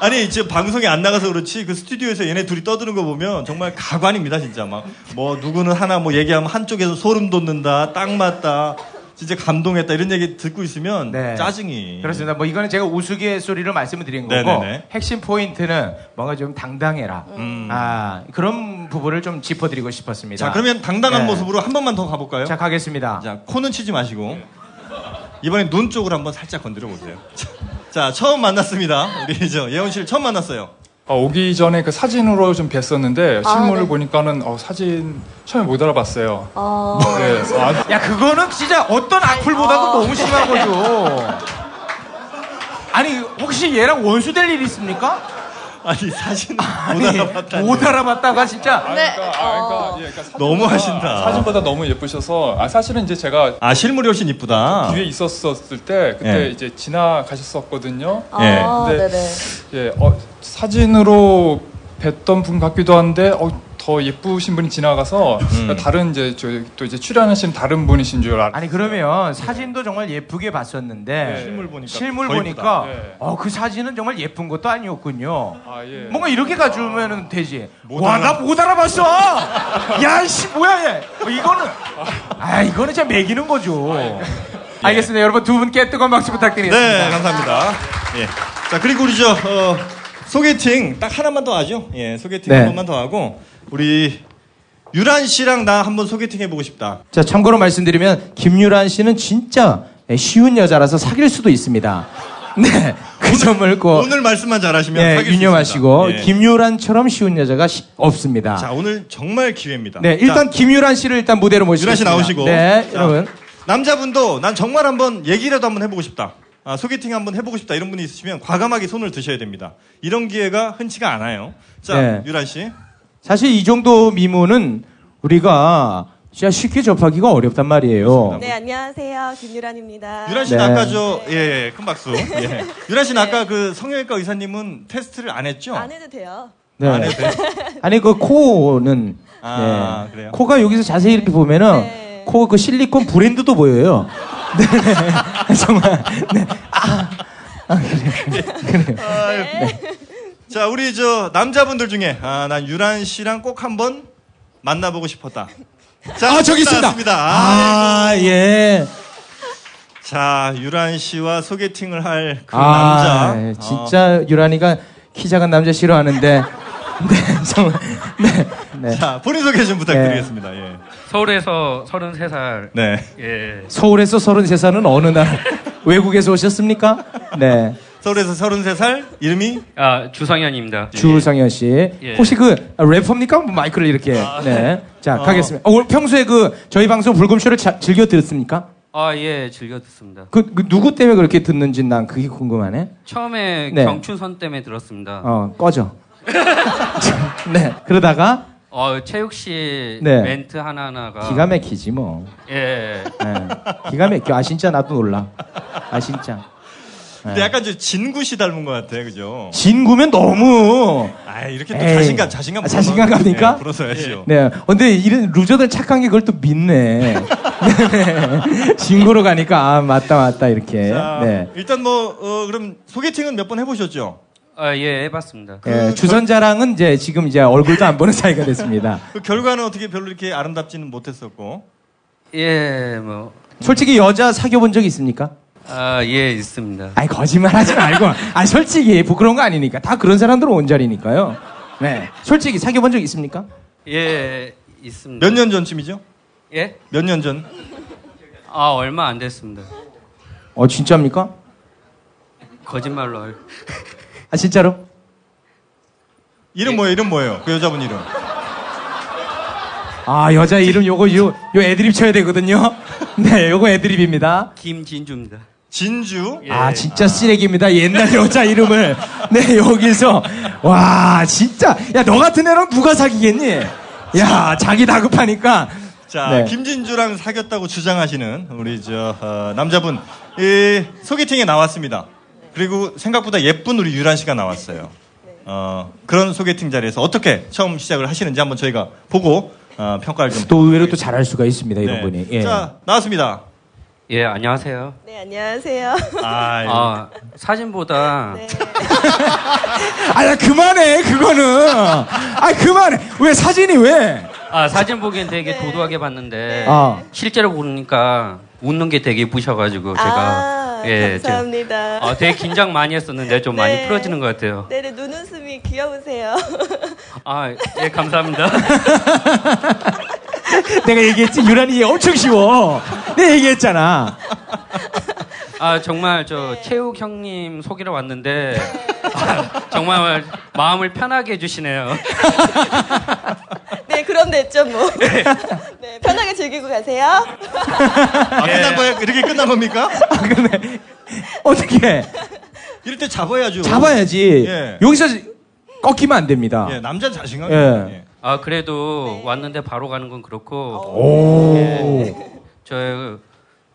[SPEAKER 8] 아니 이제 방송에 안 나가서 그렇지 그 스튜디오에서 얘네 둘이 떠드는 거 보면 정말 가관입니다 진짜 막 뭐 누구는 하나 뭐 얘기하면 한쪽에서 소름 돋는다 딱 맞다 진짜 감동했다 이런 얘기 듣고 있으면 짜증이
[SPEAKER 9] 네. 그렇습니다. 뭐 이거는 제가 우스갯소리로 말씀을 드린 거고
[SPEAKER 8] 예. 네네네. 음.
[SPEAKER 9] 핵심 포인트는 뭔가 좀 당당해라. 아 그런 부분을 좀 짚어드리고 싶었습니다.
[SPEAKER 8] 자 그러면 당당한
[SPEAKER 9] 네.
[SPEAKER 8] 모습으로 한 번만 더 가볼까요?
[SPEAKER 9] 자 가겠습니다.
[SPEAKER 8] 자 코는 치지 마시고 이번엔 눈 쪽을 한번 살짝 건드려 보세요. 자, 자 처음 만났습니다 우리 저 예원 씨를 처음 만났어요.
[SPEAKER 14] 아, 오기 전에 그 사진으로 좀 뵀었는데
[SPEAKER 8] 아,
[SPEAKER 14] 실물을
[SPEAKER 8] 네.
[SPEAKER 14] 보니까는 어, 사진 처음에 못 알아봤어요.
[SPEAKER 17] 어.
[SPEAKER 14] 네. 아,
[SPEAKER 9] 야 그거는 진짜 어떤
[SPEAKER 8] 아.
[SPEAKER 9] 악플보다도 너무 심한 거죠. 아니 혹시 얘랑 원수 될 일이 있습니까?
[SPEAKER 8] 아니 사진 못
[SPEAKER 14] 알아봤다니.
[SPEAKER 9] 못 알아봤다가 진짜
[SPEAKER 14] 네. 그러니까, 예, 그러니까 사진보다-
[SPEAKER 8] 어. 너무 하신다.
[SPEAKER 14] 사진보다 너무 예쁘셔서 아 사실은 이제 제가
[SPEAKER 8] 아 실물이 훨씬 이쁘다.
[SPEAKER 14] 뒤에 있었었을 때 그때
[SPEAKER 8] 예.
[SPEAKER 14] 이제 지나가셨었거든요.
[SPEAKER 8] 예.
[SPEAKER 17] 어,
[SPEAKER 14] 근데 예, 어, 사진으로 뵀던 분 같기도 한데 어, 더 예쁘신 분이 지나가서 다른 이제 저희 또 이제 출연하신 다른 분이신 줄 알았어요.
[SPEAKER 9] 아니 그러면 사진도 정말 예쁘게 봤었는데
[SPEAKER 14] 네.
[SPEAKER 9] 실물 보니까
[SPEAKER 14] 더 이쁘다. 네.
[SPEAKER 9] 어, 그 사진은 정말 예쁜 것도 아니었군요.
[SPEAKER 14] 아, 예.
[SPEAKER 9] 뭔가 이렇게 가주면 되지.
[SPEAKER 14] 못
[SPEAKER 9] 와
[SPEAKER 14] 알아.
[SPEAKER 9] 나 못 알아봤어. 야씨 뭐야 얘. 어, 이거는 아 이거는 진짜 매기는 거죠. 알겠습니다. 여러분 두 분께 뜨거운 박수 부탁드리겠습니다.
[SPEAKER 8] 네, 감사합니다. 예. 자, 그리고 우리 저, 어, 소개팅 딱 하나만 더 하죠. 예, 소개팅
[SPEAKER 9] 네.
[SPEAKER 8] 한 번만 더 하고, 우리 유란 씨랑 나 한번 소개팅 해보고 싶다.
[SPEAKER 9] 자, 참고로 말씀드리면 김유란 씨는 진짜 쉬운 여자라서 사귈 수도 있습니다. 네, 그 점을 꼭
[SPEAKER 8] 오늘 말씀만 잘하시면
[SPEAKER 9] 네,
[SPEAKER 8] 사귈 수
[SPEAKER 9] 유념하시고
[SPEAKER 8] 있습니다. 예.
[SPEAKER 9] 김유란처럼 쉬운 여자가 시- 없습니다.
[SPEAKER 8] 자, 오늘 정말 기회입니다.
[SPEAKER 9] 네, 일단
[SPEAKER 8] 자,
[SPEAKER 9] 김유란 씨를 일단 무대로 모시겠습니다.
[SPEAKER 8] 유란 씨 나오시고.
[SPEAKER 9] 네,
[SPEAKER 8] 자,
[SPEAKER 9] 여러분.
[SPEAKER 8] 남자분도 난 정말 한번 얘기라도 한번 해보고 싶다. 아, 소개팅 한번 해보고 싶다. 이런 분이 있으시면 과감하게 손을 드셔야 됩니다. 이런 기회가 흔치가 않아요. 자,
[SPEAKER 9] 네.
[SPEAKER 8] 유란 씨.
[SPEAKER 9] 사실 이 정도 미모는 우리가 진짜 쉽게 접하기가 어렵단 말이에요.
[SPEAKER 17] 네, 안녕하세요. 김유란입니다.
[SPEAKER 8] 유란 씨는
[SPEAKER 9] 네.
[SPEAKER 8] 아까 저, 예, 예, 큰 박수. 예. 유란 씨는 아까 그 성형외과 의사님은 테스트를 안 했죠?
[SPEAKER 17] 안 해도 돼요.
[SPEAKER 9] 네.
[SPEAKER 8] 안 해도 돼요?
[SPEAKER 9] 아니 그 코는
[SPEAKER 8] 아,
[SPEAKER 9] 네.
[SPEAKER 8] 그래요?
[SPEAKER 9] 코가 여기서 자세히 이렇게 보면은 코 그 실리콘 브랜드도 보여요. 네, 정말. 네. 아, 아, 그래요. 그래요.
[SPEAKER 8] 아유. 자, 우리 저 남자분들 중에, 아, 난 유란 씨랑 꼭 한번 만나보고 싶었다. 자,
[SPEAKER 9] 아, 저기 있습니다.
[SPEAKER 8] 나왔습니다.
[SPEAKER 9] 아, 예.
[SPEAKER 8] 자, 유란 씨와 소개팅을 할 그
[SPEAKER 9] 아,
[SPEAKER 8] 남자.
[SPEAKER 9] 예, 진짜 유란이가 키 작은 남자 싫어하는데. 네, 정말. 네. 네.
[SPEAKER 8] 자, 본인 소개 좀 부탁드리겠습니다. 예.
[SPEAKER 12] 서울에서 33살.
[SPEAKER 8] 네.
[SPEAKER 12] 예.
[SPEAKER 9] 서울에서 33살은 어느 날 외국에서 오셨습니까? 네.
[SPEAKER 12] 예.
[SPEAKER 8] 서울에서 33살, 이름이?
[SPEAKER 12] 아, 주성현입니다.
[SPEAKER 16] 네.
[SPEAKER 9] 주성현 씨.
[SPEAKER 12] 예.
[SPEAKER 9] 혹시 그 래퍼입니까? 뭐 마이크를 이렇게.
[SPEAKER 12] 아.
[SPEAKER 9] 네. 자,
[SPEAKER 12] 어.
[SPEAKER 9] 가겠습니다. 어, 오늘 평소에 그 저희 방송 불금쇼를 자- 즐겨 들었습니까?
[SPEAKER 12] 아, 예, 즐겨 듣습니다.
[SPEAKER 9] 그, 그 누구 때문에 그렇게 듣는지 난 그게 궁금하네.
[SPEAKER 12] 처음에
[SPEAKER 9] 네.
[SPEAKER 12] 경춘선 때문에 들었습니다. 어,
[SPEAKER 9] 어, 꺼져. 네. 그러다가
[SPEAKER 12] 채욱 어, 씨
[SPEAKER 9] 네.
[SPEAKER 12] 멘트 하나하나가
[SPEAKER 9] 기가 막히지 뭐.
[SPEAKER 12] 예.
[SPEAKER 9] 네. 기가 막혀. 아 진짜 나도 놀라. 아 진짜.
[SPEAKER 8] 근데 약간 저 진구 씨 닮은 것 같아, 그죠?
[SPEAKER 9] 진구면 너무
[SPEAKER 8] 아 이렇게 또
[SPEAKER 9] 에이.
[SPEAKER 8] 자신감, 자신감.
[SPEAKER 9] 아, 자신감 갑니까?
[SPEAKER 8] 네, 불어서야죠.
[SPEAKER 9] 네. 근데 이런 루저들 착한 게 그걸 또 믿네. 네. 진구로 가니까 아 맞다 맞다 이렇게.
[SPEAKER 8] 자,
[SPEAKER 9] 네.
[SPEAKER 8] 일단 뭐 어, 그럼 소개팅은 몇 번 해보셨죠?
[SPEAKER 12] 아, 예, 해봤습니다.
[SPEAKER 9] 예, 주선자랑은 이제 지금 이제 얼굴도 안 보는 사이가 됐습니다.
[SPEAKER 8] 그 결과는 어떻게 별로 이렇게 아름답지는 못했었고.
[SPEAKER 12] 예, 뭐.
[SPEAKER 9] 솔직히 여자 사귀어 본 적 있습니까?
[SPEAKER 12] 아, 예, 있습니다.
[SPEAKER 9] 아니 거짓말 하지 말고. 아 솔직히 부끄러운 거 아니니까 다 그런 사람들은 온자리니까요. 네. 솔직히 사귀어 본 적 있습니까?
[SPEAKER 12] 예, 있습니다.
[SPEAKER 8] 몇 년 전쯤이죠?
[SPEAKER 12] 예?
[SPEAKER 8] 몇 년 전?
[SPEAKER 12] 아, 얼마 안 됐습니다.
[SPEAKER 9] 어 진짜입니까?
[SPEAKER 12] 거짓말로. 할-
[SPEAKER 9] 아 진짜로?
[SPEAKER 8] 이름 뭐예요? 이름 뭐예요? 그 여자분 이름.
[SPEAKER 9] 아 여자 이름 요거 요, 요 애드립 쳐야 되거든요. 네, 요거 애드립입니다.
[SPEAKER 12] 김진주입니다.
[SPEAKER 8] 진주?
[SPEAKER 9] 아 진짜 쓰레기입니다. 옛날 여자 이름을 네 여기서 와 진짜 야 너 같은 애랑 누가 사귀겠니? 야 자기 다급하니까
[SPEAKER 8] 자,
[SPEAKER 9] 네.
[SPEAKER 8] 김진주랑 사귀었다고 주장하시는 우리 저 어, 남자분 이, 소개팅에 나왔습니다. 그리고 생각보다 예쁜 우리 유란 씨가 나왔어요. 어, 그런 소개팅 자리에서 어떻게 처음 시작을 하시는지 한번 저희가 보고 어, 평가를 좀.
[SPEAKER 9] 또 의외로 또 잘할 수가 있습니다 이런
[SPEAKER 8] 네.
[SPEAKER 9] 분이. 예.
[SPEAKER 8] 자, 나왔습니다.
[SPEAKER 12] 예, 안녕하세요.
[SPEAKER 18] 네, 안녕하세요.
[SPEAKER 8] 아,
[SPEAKER 12] 아, 사진보다
[SPEAKER 9] 아야 그만해 그거는. 아 그만해 왜 사진이 왜?
[SPEAKER 12] 아, 사진 보기엔 되게 도도하게
[SPEAKER 8] 네.
[SPEAKER 12] 봤는데
[SPEAKER 9] 아.
[SPEAKER 12] 어, 실제로 보니까 웃는 게 되게 이쁘셔가지고
[SPEAKER 17] 아,
[SPEAKER 12] 제가 예, 제가-
[SPEAKER 18] 아, 감사합니다.
[SPEAKER 12] 아, 되게 긴장 많이 했었는데 좀 많이
[SPEAKER 18] 네.
[SPEAKER 12] 풀어지는 것 같아요.
[SPEAKER 18] 네네, 눈웃음이 귀여우세요.
[SPEAKER 12] 아, 예, 감사합니다.
[SPEAKER 9] 내가 얘기했지 유란이 얘 엄청 쉬워. 내가 얘기했잖아.
[SPEAKER 12] 아, 정말 저
[SPEAKER 18] 네.
[SPEAKER 12] 최욱 형님 속이러 왔는데 아, 정말 마음을 편하게 해주시네요.
[SPEAKER 18] 네, 그럼 됐죠, 뭐. 네, 편하게 즐기고 가세요.
[SPEAKER 8] 아, 끝난 거예요? 이렇게 끝난 겁니까?
[SPEAKER 9] 아, 어떻게?
[SPEAKER 8] 이럴 때 잡아야죠.
[SPEAKER 9] 잡아야지.
[SPEAKER 8] 예.
[SPEAKER 9] 여기서 꺾이면 안 됩니다.
[SPEAKER 8] 예, 남자 자신감.
[SPEAKER 9] 예.
[SPEAKER 12] 아, 그래도
[SPEAKER 18] 네.
[SPEAKER 12] 왔는데 바로 가는 건
[SPEAKER 18] 어.
[SPEAKER 9] 오.
[SPEAKER 12] 그렇고 예, 저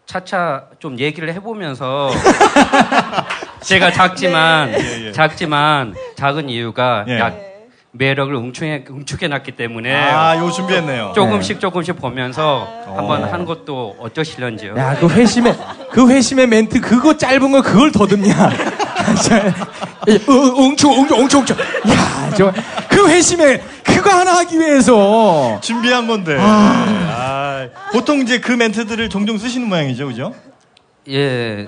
[SPEAKER 12] 차차 좀 얘기를 해보면서 제가 작지만
[SPEAKER 6] 네. 예, 예.
[SPEAKER 12] 작지만 작은 이유가 약 매력을 응축해 응축해 놨기 때문에
[SPEAKER 8] 아, 요거 준비했네요.
[SPEAKER 12] 조금씩 조금씩 보면서 한번
[SPEAKER 9] 어.
[SPEAKER 12] 하는 것도 어쩌실런지요.
[SPEAKER 9] 야, 그 회심의, 그 회심의 멘트, 그거 짧은 걸 그걸 더 듣냐. 진짜. 어, 엉초, 엉초, 엉초, 엉초. 야, 저, 그 회심의, 그거 하나 하기 위해서.
[SPEAKER 8] 준비한 건데. 아, 보통 이제 그 멘트들을 종종 쓰시는 모양이죠, 그죠?
[SPEAKER 12] 예.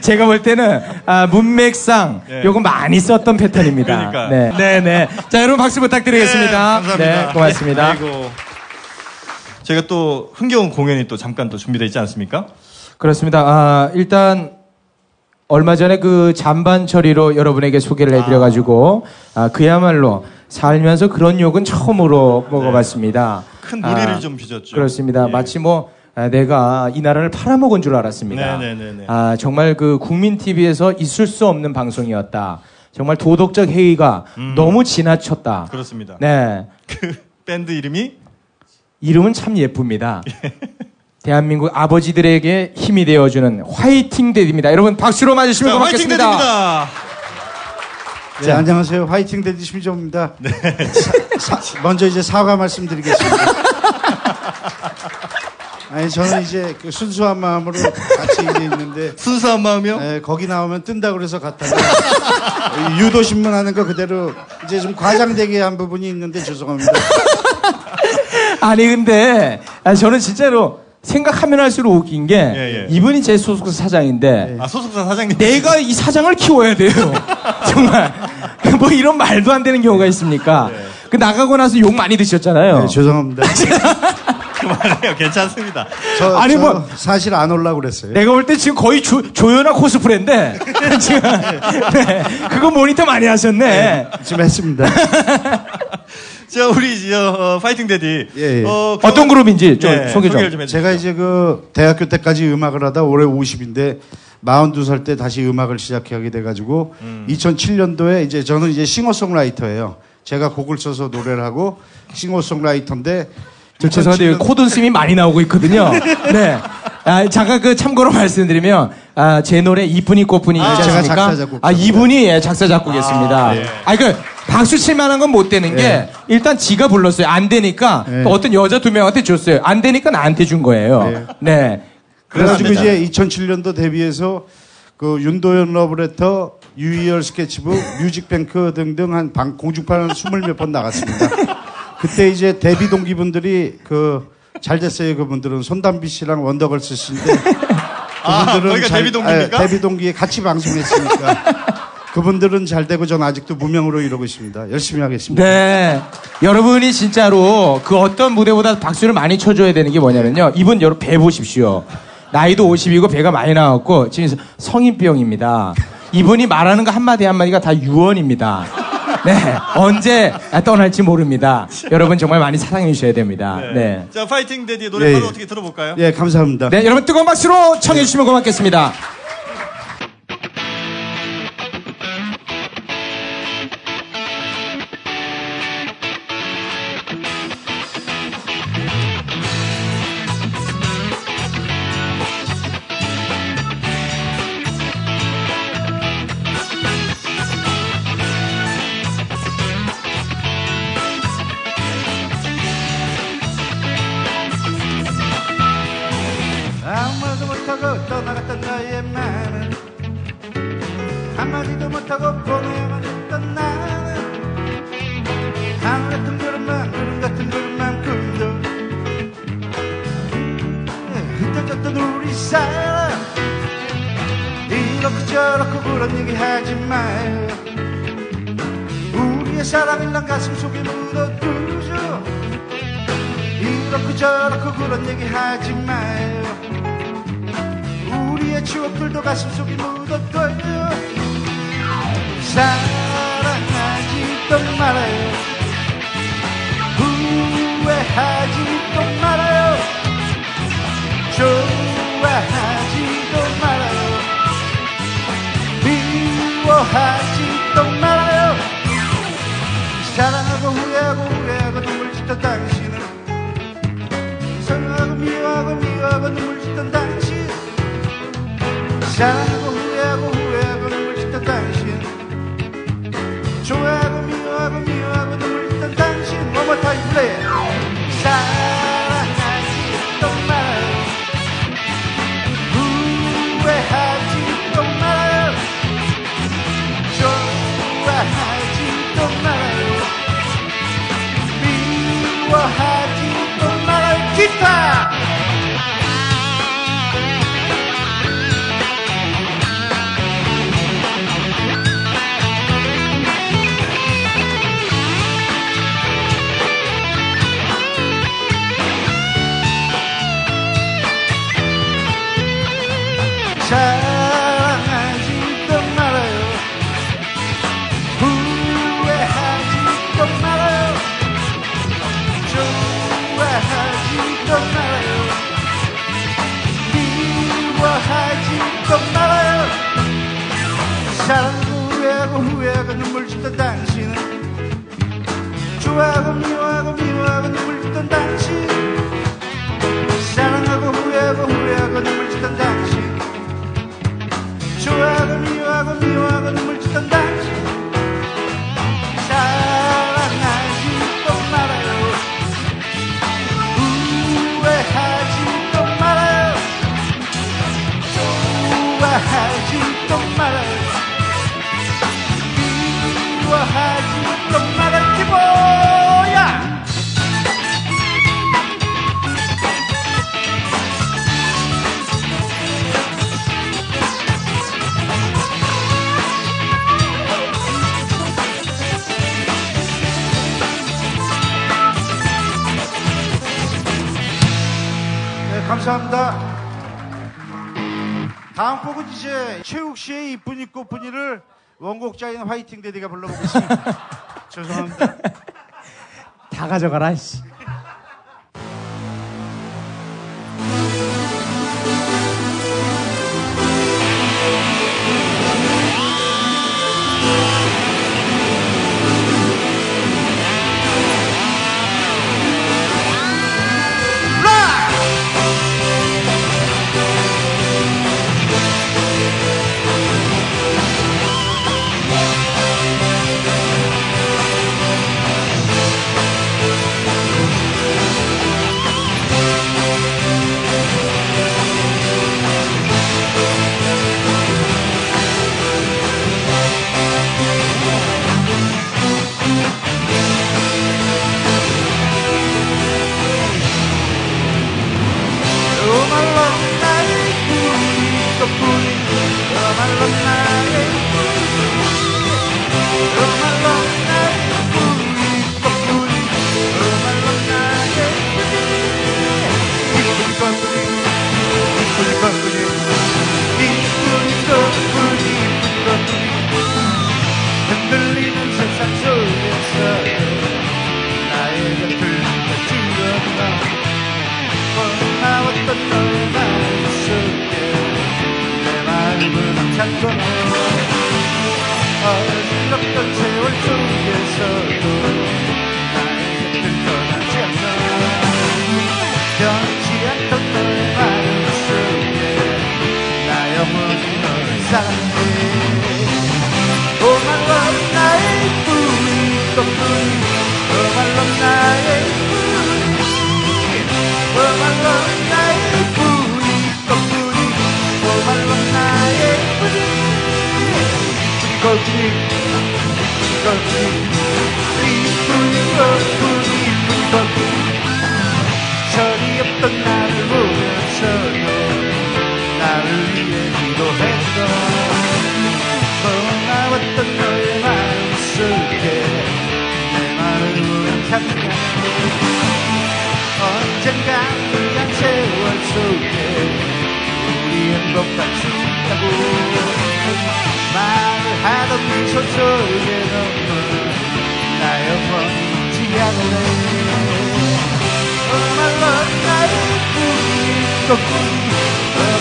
[SPEAKER 9] 제가 볼 때는, 아, 문맥상,
[SPEAKER 8] 예.
[SPEAKER 9] 요거 많이 썼던 패턴입니다.
[SPEAKER 8] 그러니까.
[SPEAKER 9] 네. 네, 네. 자, 여러분 박수 부탁드리겠습니다.
[SPEAKER 8] 예, 감사합니다.
[SPEAKER 9] 네, 고맙습니다.
[SPEAKER 8] 아이고. 저희가 또 흥겨운 공연이 또 잠깐 또 준비되어 있지 않습니까?
[SPEAKER 9] 그렇습니다. 아, 일단 얼마 전에 그 잔반 처리로 여러분에게 소개를 해드려가지고 아, 그야말로 살면서 그런 욕은 처음으로 먹어봤습니다.
[SPEAKER 8] 네. 큰 무리를
[SPEAKER 9] 아,
[SPEAKER 8] 좀 빚었죠. 예.
[SPEAKER 9] 그렇습니다. 마치 뭐 아, 내가 이 나라를 팔아먹은 줄 알았습니다.
[SPEAKER 8] 네네네네.
[SPEAKER 9] 아, 정말 그 국민 TV에서 있을 수 없는 방송이었다. 정말 도덕적 해이가 너무 지나쳤다.
[SPEAKER 8] 음. 그렇습니다.
[SPEAKER 9] 네.
[SPEAKER 8] 그 밴드 이름이
[SPEAKER 9] 이름은 참 예쁩니다. 대한민국 아버지들에게 힘이 되어주는 화이팅 대디입니다. 여러분 박수로 맞으시면
[SPEAKER 8] 자, 화이팅
[SPEAKER 9] 고맙겠습니다.
[SPEAKER 8] 대디입니다.
[SPEAKER 16] 네, 안녕하세요. 화이팅 대디 심지어입니다. 사- 사- 먼저 이제 사과 말씀드리겠습니다. 아니 저는 이제 그 순수한 마음으로 같이 이제 있는데
[SPEAKER 8] 예. 순수한 마음이요?
[SPEAKER 16] 네, 거기 나오면 뜬다 그래서 갔다가 이 유도 신문 하는 거 그대로 이제 좀 과장되게 한 부분이 있는데 죄송합니다.
[SPEAKER 9] 아니 근데 아, 저는 진짜로 생각하면 할수록 웃긴 게
[SPEAKER 16] 예,
[SPEAKER 9] 이분이 제 소속사 사장인데
[SPEAKER 8] 아, 소속사 사장님.
[SPEAKER 9] 내가 이 사장을 키워야 돼요. 정말 뭐 이런 말도 안 되는 경우가 있습니까? 그 나가고 나서 욕 많이 드셨잖아요.
[SPEAKER 16] 예. 네, 죄송합니다.
[SPEAKER 8] 그만해요. 괜찮습니다.
[SPEAKER 16] 저,
[SPEAKER 9] 아니,
[SPEAKER 16] 아니 저
[SPEAKER 9] 뭐-
[SPEAKER 16] 사실 안 올라고 그랬어요.
[SPEAKER 9] 내가 볼 때 지금 거의 조, 조연아 코스프레인데 지금 네, 그거 모니터 많이 하셨네.
[SPEAKER 16] 지금 했습니다.
[SPEAKER 8] 자, 우리 저, 어, 파이팅 대디. 어, 그-
[SPEAKER 9] 예, 어떤 그룹인지 좀
[SPEAKER 8] 예,
[SPEAKER 9] 소개 좀.
[SPEAKER 8] 소개를 좀 해주세요.
[SPEAKER 16] 예, 네. 제가 이제 그 대학교 때까지 음악을 하다 올해 50인데 42살 때 다시 음악을 시작하게 돼가지고
[SPEAKER 5] 음.
[SPEAKER 16] 2007년도에 이제 저는 이제 싱어송라이터예요. 제가 곡을 써서 노래를 하고 싱어송라이터인데 그러니까
[SPEAKER 9] 저 죄송한데 여기 코돈 스이 많이 나오고 있거든요. 네. 아, 잠깐 그 참고로 말씀드리면 아, 제 노래 이분이 꽃분이
[SPEAKER 16] 아,
[SPEAKER 9] 있지
[SPEAKER 16] 제가
[SPEAKER 9] 않습니까?
[SPEAKER 16] 작사, 작곡.
[SPEAKER 9] 아, 이분이 예, 작사 작곡했습니다.
[SPEAKER 16] 아,
[SPEAKER 9] 아,
[SPEAKER 16] 예.
[SPEAKER 9] 그러니까 박수 칠 만한 건 못 되는 게
[SPEAKER 16] 예.
[SPEAKER 9] 일단 지가 불렀어요. 안 되니까
[SPEAKER 16] 예.
[SPEAKER 9] 또 어떤 여자 두 명한테 줬어요. 안 되니까 나한테 준 거예요. 네.
[SPEAKER 16] 그래가지고
[SPEAKER 9] 그렇습니다.
[SPEAKER 16] 이제 2007년도 데뷔해서 그 윤도현 러브레터, 유희열 스케치북, 뮤직뱅크 등등 한 방, 공중파는 스물 몇 번 나갔습니다. 그때 이제 데뷔 동기분들이 그 잘 됐어요 그분들은 손담비 씨랑 원더걸스 씨인데 그분들은
[SPEAKER 8] 아, 거기가 데뷔
[SPEAKER 9] 아,
[SPEAKER 8] 동기입니까?
[SPEAKER 16] 예, 데뷔 동기에 같이 방송했으니까 그분들은 잘 되고 전 아직도 무명으로 이러고 있습니다. 열심히 하겠습니다.
[SPEAKER 9] 네. 여러분이 진짜로 그 어떤 무대보다 박수를 많이 쳐줘야 되는 게 뭐냐면요. 이분 여러분 배 보십시오. 나이도 50이고 배가 많이 나왔고 지금 성인병입니다. 이분이 말하는 거 한마디 한마디가 다 유언입니다. 네. 언제 떠날지 모릅니다. 여러분 정말 많이 사랑해 주셔야 됩니다. 네.
[SPEAKER 8] 자, 파이팅 데디의 노래
[SPEAKER 9] 예,
[SPEAKER 8] 바로
[SPEAKER 9] 예.
[SPEAKER 8] 어떻게 들어볼까요?
[SPEAKER 16] 네, 감사합니다.
[SPEAKER 9] 네, 여러분 뜨거운 박수로 청해 주시면 고맙겠습니다.
[SPEAKER 10] 아무도 못하고 떠나갔던 너의 나는 한마디도 못하고 보내야만 했던 나는 하늘 같은 구름만 구름 같은 구름만 꿈도 예, 흩어졌던 우리 사랑 이렇고 저렇고 그런 얘기 하지 마요 우리의 사랑을 난 가슴 속에 묻어두죠 이렇고 저렇고 그런 얘기 하지 마요 우리의 추억들도 가슴속에 묻어둬요 사랑하지도 말아요 후회하지도 말아요 좋아하지도 말아요 미워하지도 말아요 사랑하고 후회하고 후회하고 눈물 짓던 당신을 사랑하고 미워하고 미워하고 눈물 짓던 당신 사랑하고 후회하고 후회하고 눈물 짓던 당신 좋아하고 미워하고 미워하고 눈물 짓던 당신 One more time play 사랑하지도 말아요 후회하지도 말아요 좋아하지도 말아요 미워하지도 말아요 기타 사랑하지도 말아요 후회하지도 말아요 좋아하지도 말아요 미워하지도 말아요 사랑도 후회하고 후회하고 눈물 짓던 당신은 좋아하고 미워하고 미워하고 눈물 짓던 당신 사랑하고 후회하고 후회하고 눈물 짓던 당신 좋아하고 미워하고 미워하고 눈물 짓던 당신 사랑하지도 말아요 후회하지도 말아요 좋아하지도 말아요 미워하지도 말아요 기보야 네, 감사합니다. 다음 곡은 이제 최욱 씨의 이쁜이 꽃분이를 원곡자인 화이팅 데디가 불러보겠습니다. 죄송합니다.
[SPEAKER 9] 다 가져가라.
[SPEAKER 10] 사랑하지도 말아요 어떤 세월 속에서도 나의 곁을 떠나지 않아 변치 않던 너의 마음 속에 나 영원히 널 사랑해 Oh my love 나의 뿌리 꽃뿌리 Oh my love 나의 뿌리 Oh my love 나의 뿌리 꽃뿌리 Oh my love 나의 뿌리 찌꺼기 찌꺼기 이쁘니까 이쁘니까 철이 없던 나를 보면서도 나를 위해 기도했던 떠나왔던 너의 마음속에 내 마음을 향해 언젠가 그냥 세월 속에 우리 행복 같이 있다고 말하던 미소 속에 너무 나 영원히 지하고래 말로 나의 꿈이 또 꿈이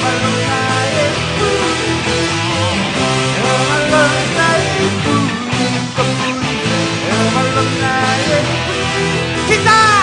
[SPEAKER 10] 말로 나의 꿈이 말로 나의 꿈이 또 꿈이 말로 나의 꿈이 기타!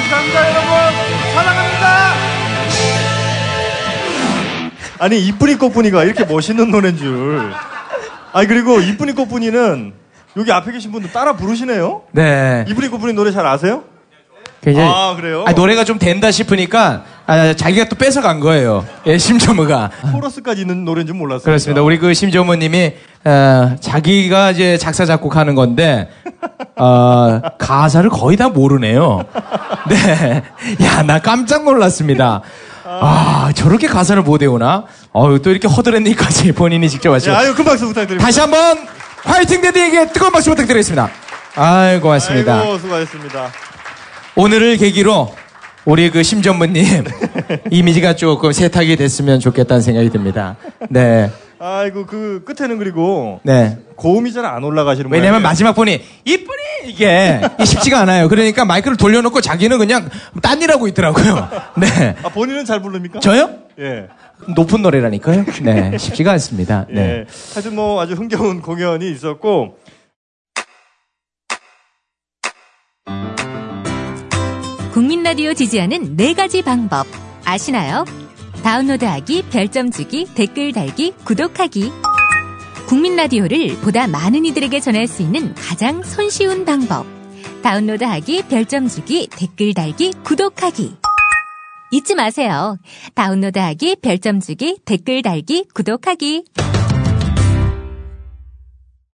[SPEAKER 10] 그 감사합니다 여러분 사랑합니다
[SPEAKER 8] 아니 이쁜이 꽃분이가 이렇게 멋있는 노래인 줄. 아니 그리고 이쁜이 꽃분이는 여기 앞에 계신 분들 따라 부르시네요.
[SPEAKER 9] 네.
[SPEAKER 8] 이쁜이 꽃분이 노래 잘 아세요?
[SPEAKER 9] 굉장히
[SPEAKER 8] 아 그래요?
[SPEAKER 9] 아, 노래가 좀 된다 싶으니까 아, 자기가 또 뺏어간 거예요. 예, 심조무가.
[SPEAKER 8] 코러스까지 있는 노래인 줄 몰랐어요.
[SPEAKER 9] 그렇습니다. 우리 그 심조무님이 어, 자기가 이제 작사 작곡하는 건데 어, 가사를 거의 다 모르네요. 네, 야 나 깜짝 놀랐습니다. 아 저렇게 가사를 못 외우나? 어유 또 이렇게 허드렛니까지 본인이 직접 하시고.
[SPEAKER 8] 예, 아유 큰 박수 부탁드립니다.
[SPEAKER 9] 다시 한번 화이팅 데드에게 뜨거운 박수 부탁드리겠습니다. 아유 고맙습니다.
[SPEAKER 8] 아이고 수고하셨습니다.
[SPEAKER 9] 오늘을 계기로 우리 그 심전부님 이미지가 조금 세탁이 됐으면 좋겠다는 생각이 듭니다. 네.
[SPEAKER 8] 아이고 그 끝에는 그리고
[SPEAKER 9] 네.
[SPEAKER 8] 고음이 잘 안 올라가시는
[SPEAKER 9] 왜냐면
[SPEAKER 8] 모양이에요.
[SPEAKER 9] 마지막 분이 이쁘니 이게 쉽지가 않아요. 그러니까 마이크를 돌려놓고 자기는 그냥 딴 일하고 있더라고요. 네.
[SPEAKER 8] 아, 본인은 잘 부릅니까?
[SPEAKER 9] 저요?
[SPEAKER 8] 예.
[SPEAKER 9] 높은 노래라니까요. 네. 쉽지가 않습니다. 네.
[SPEAKER 8] 예. 하여튼 뭐 아주 흥겨운 공연이 있었고
[SPEAKER 19] 국민 라디오 지지하는 네 가지 방법 아시나요? 다운로드하기, 별점 주기, 댓글 달기, 구독하기. 국민 라디오를 보다 많은 이들에게 전할 수 있는 가장 손쉬운 방법. 다운로드하기, 별점 주기, 댓글 달기, 구독하기. 잊지 마세요. 다운로드하기, 별점 주기, 댓글 달기, 구독하기.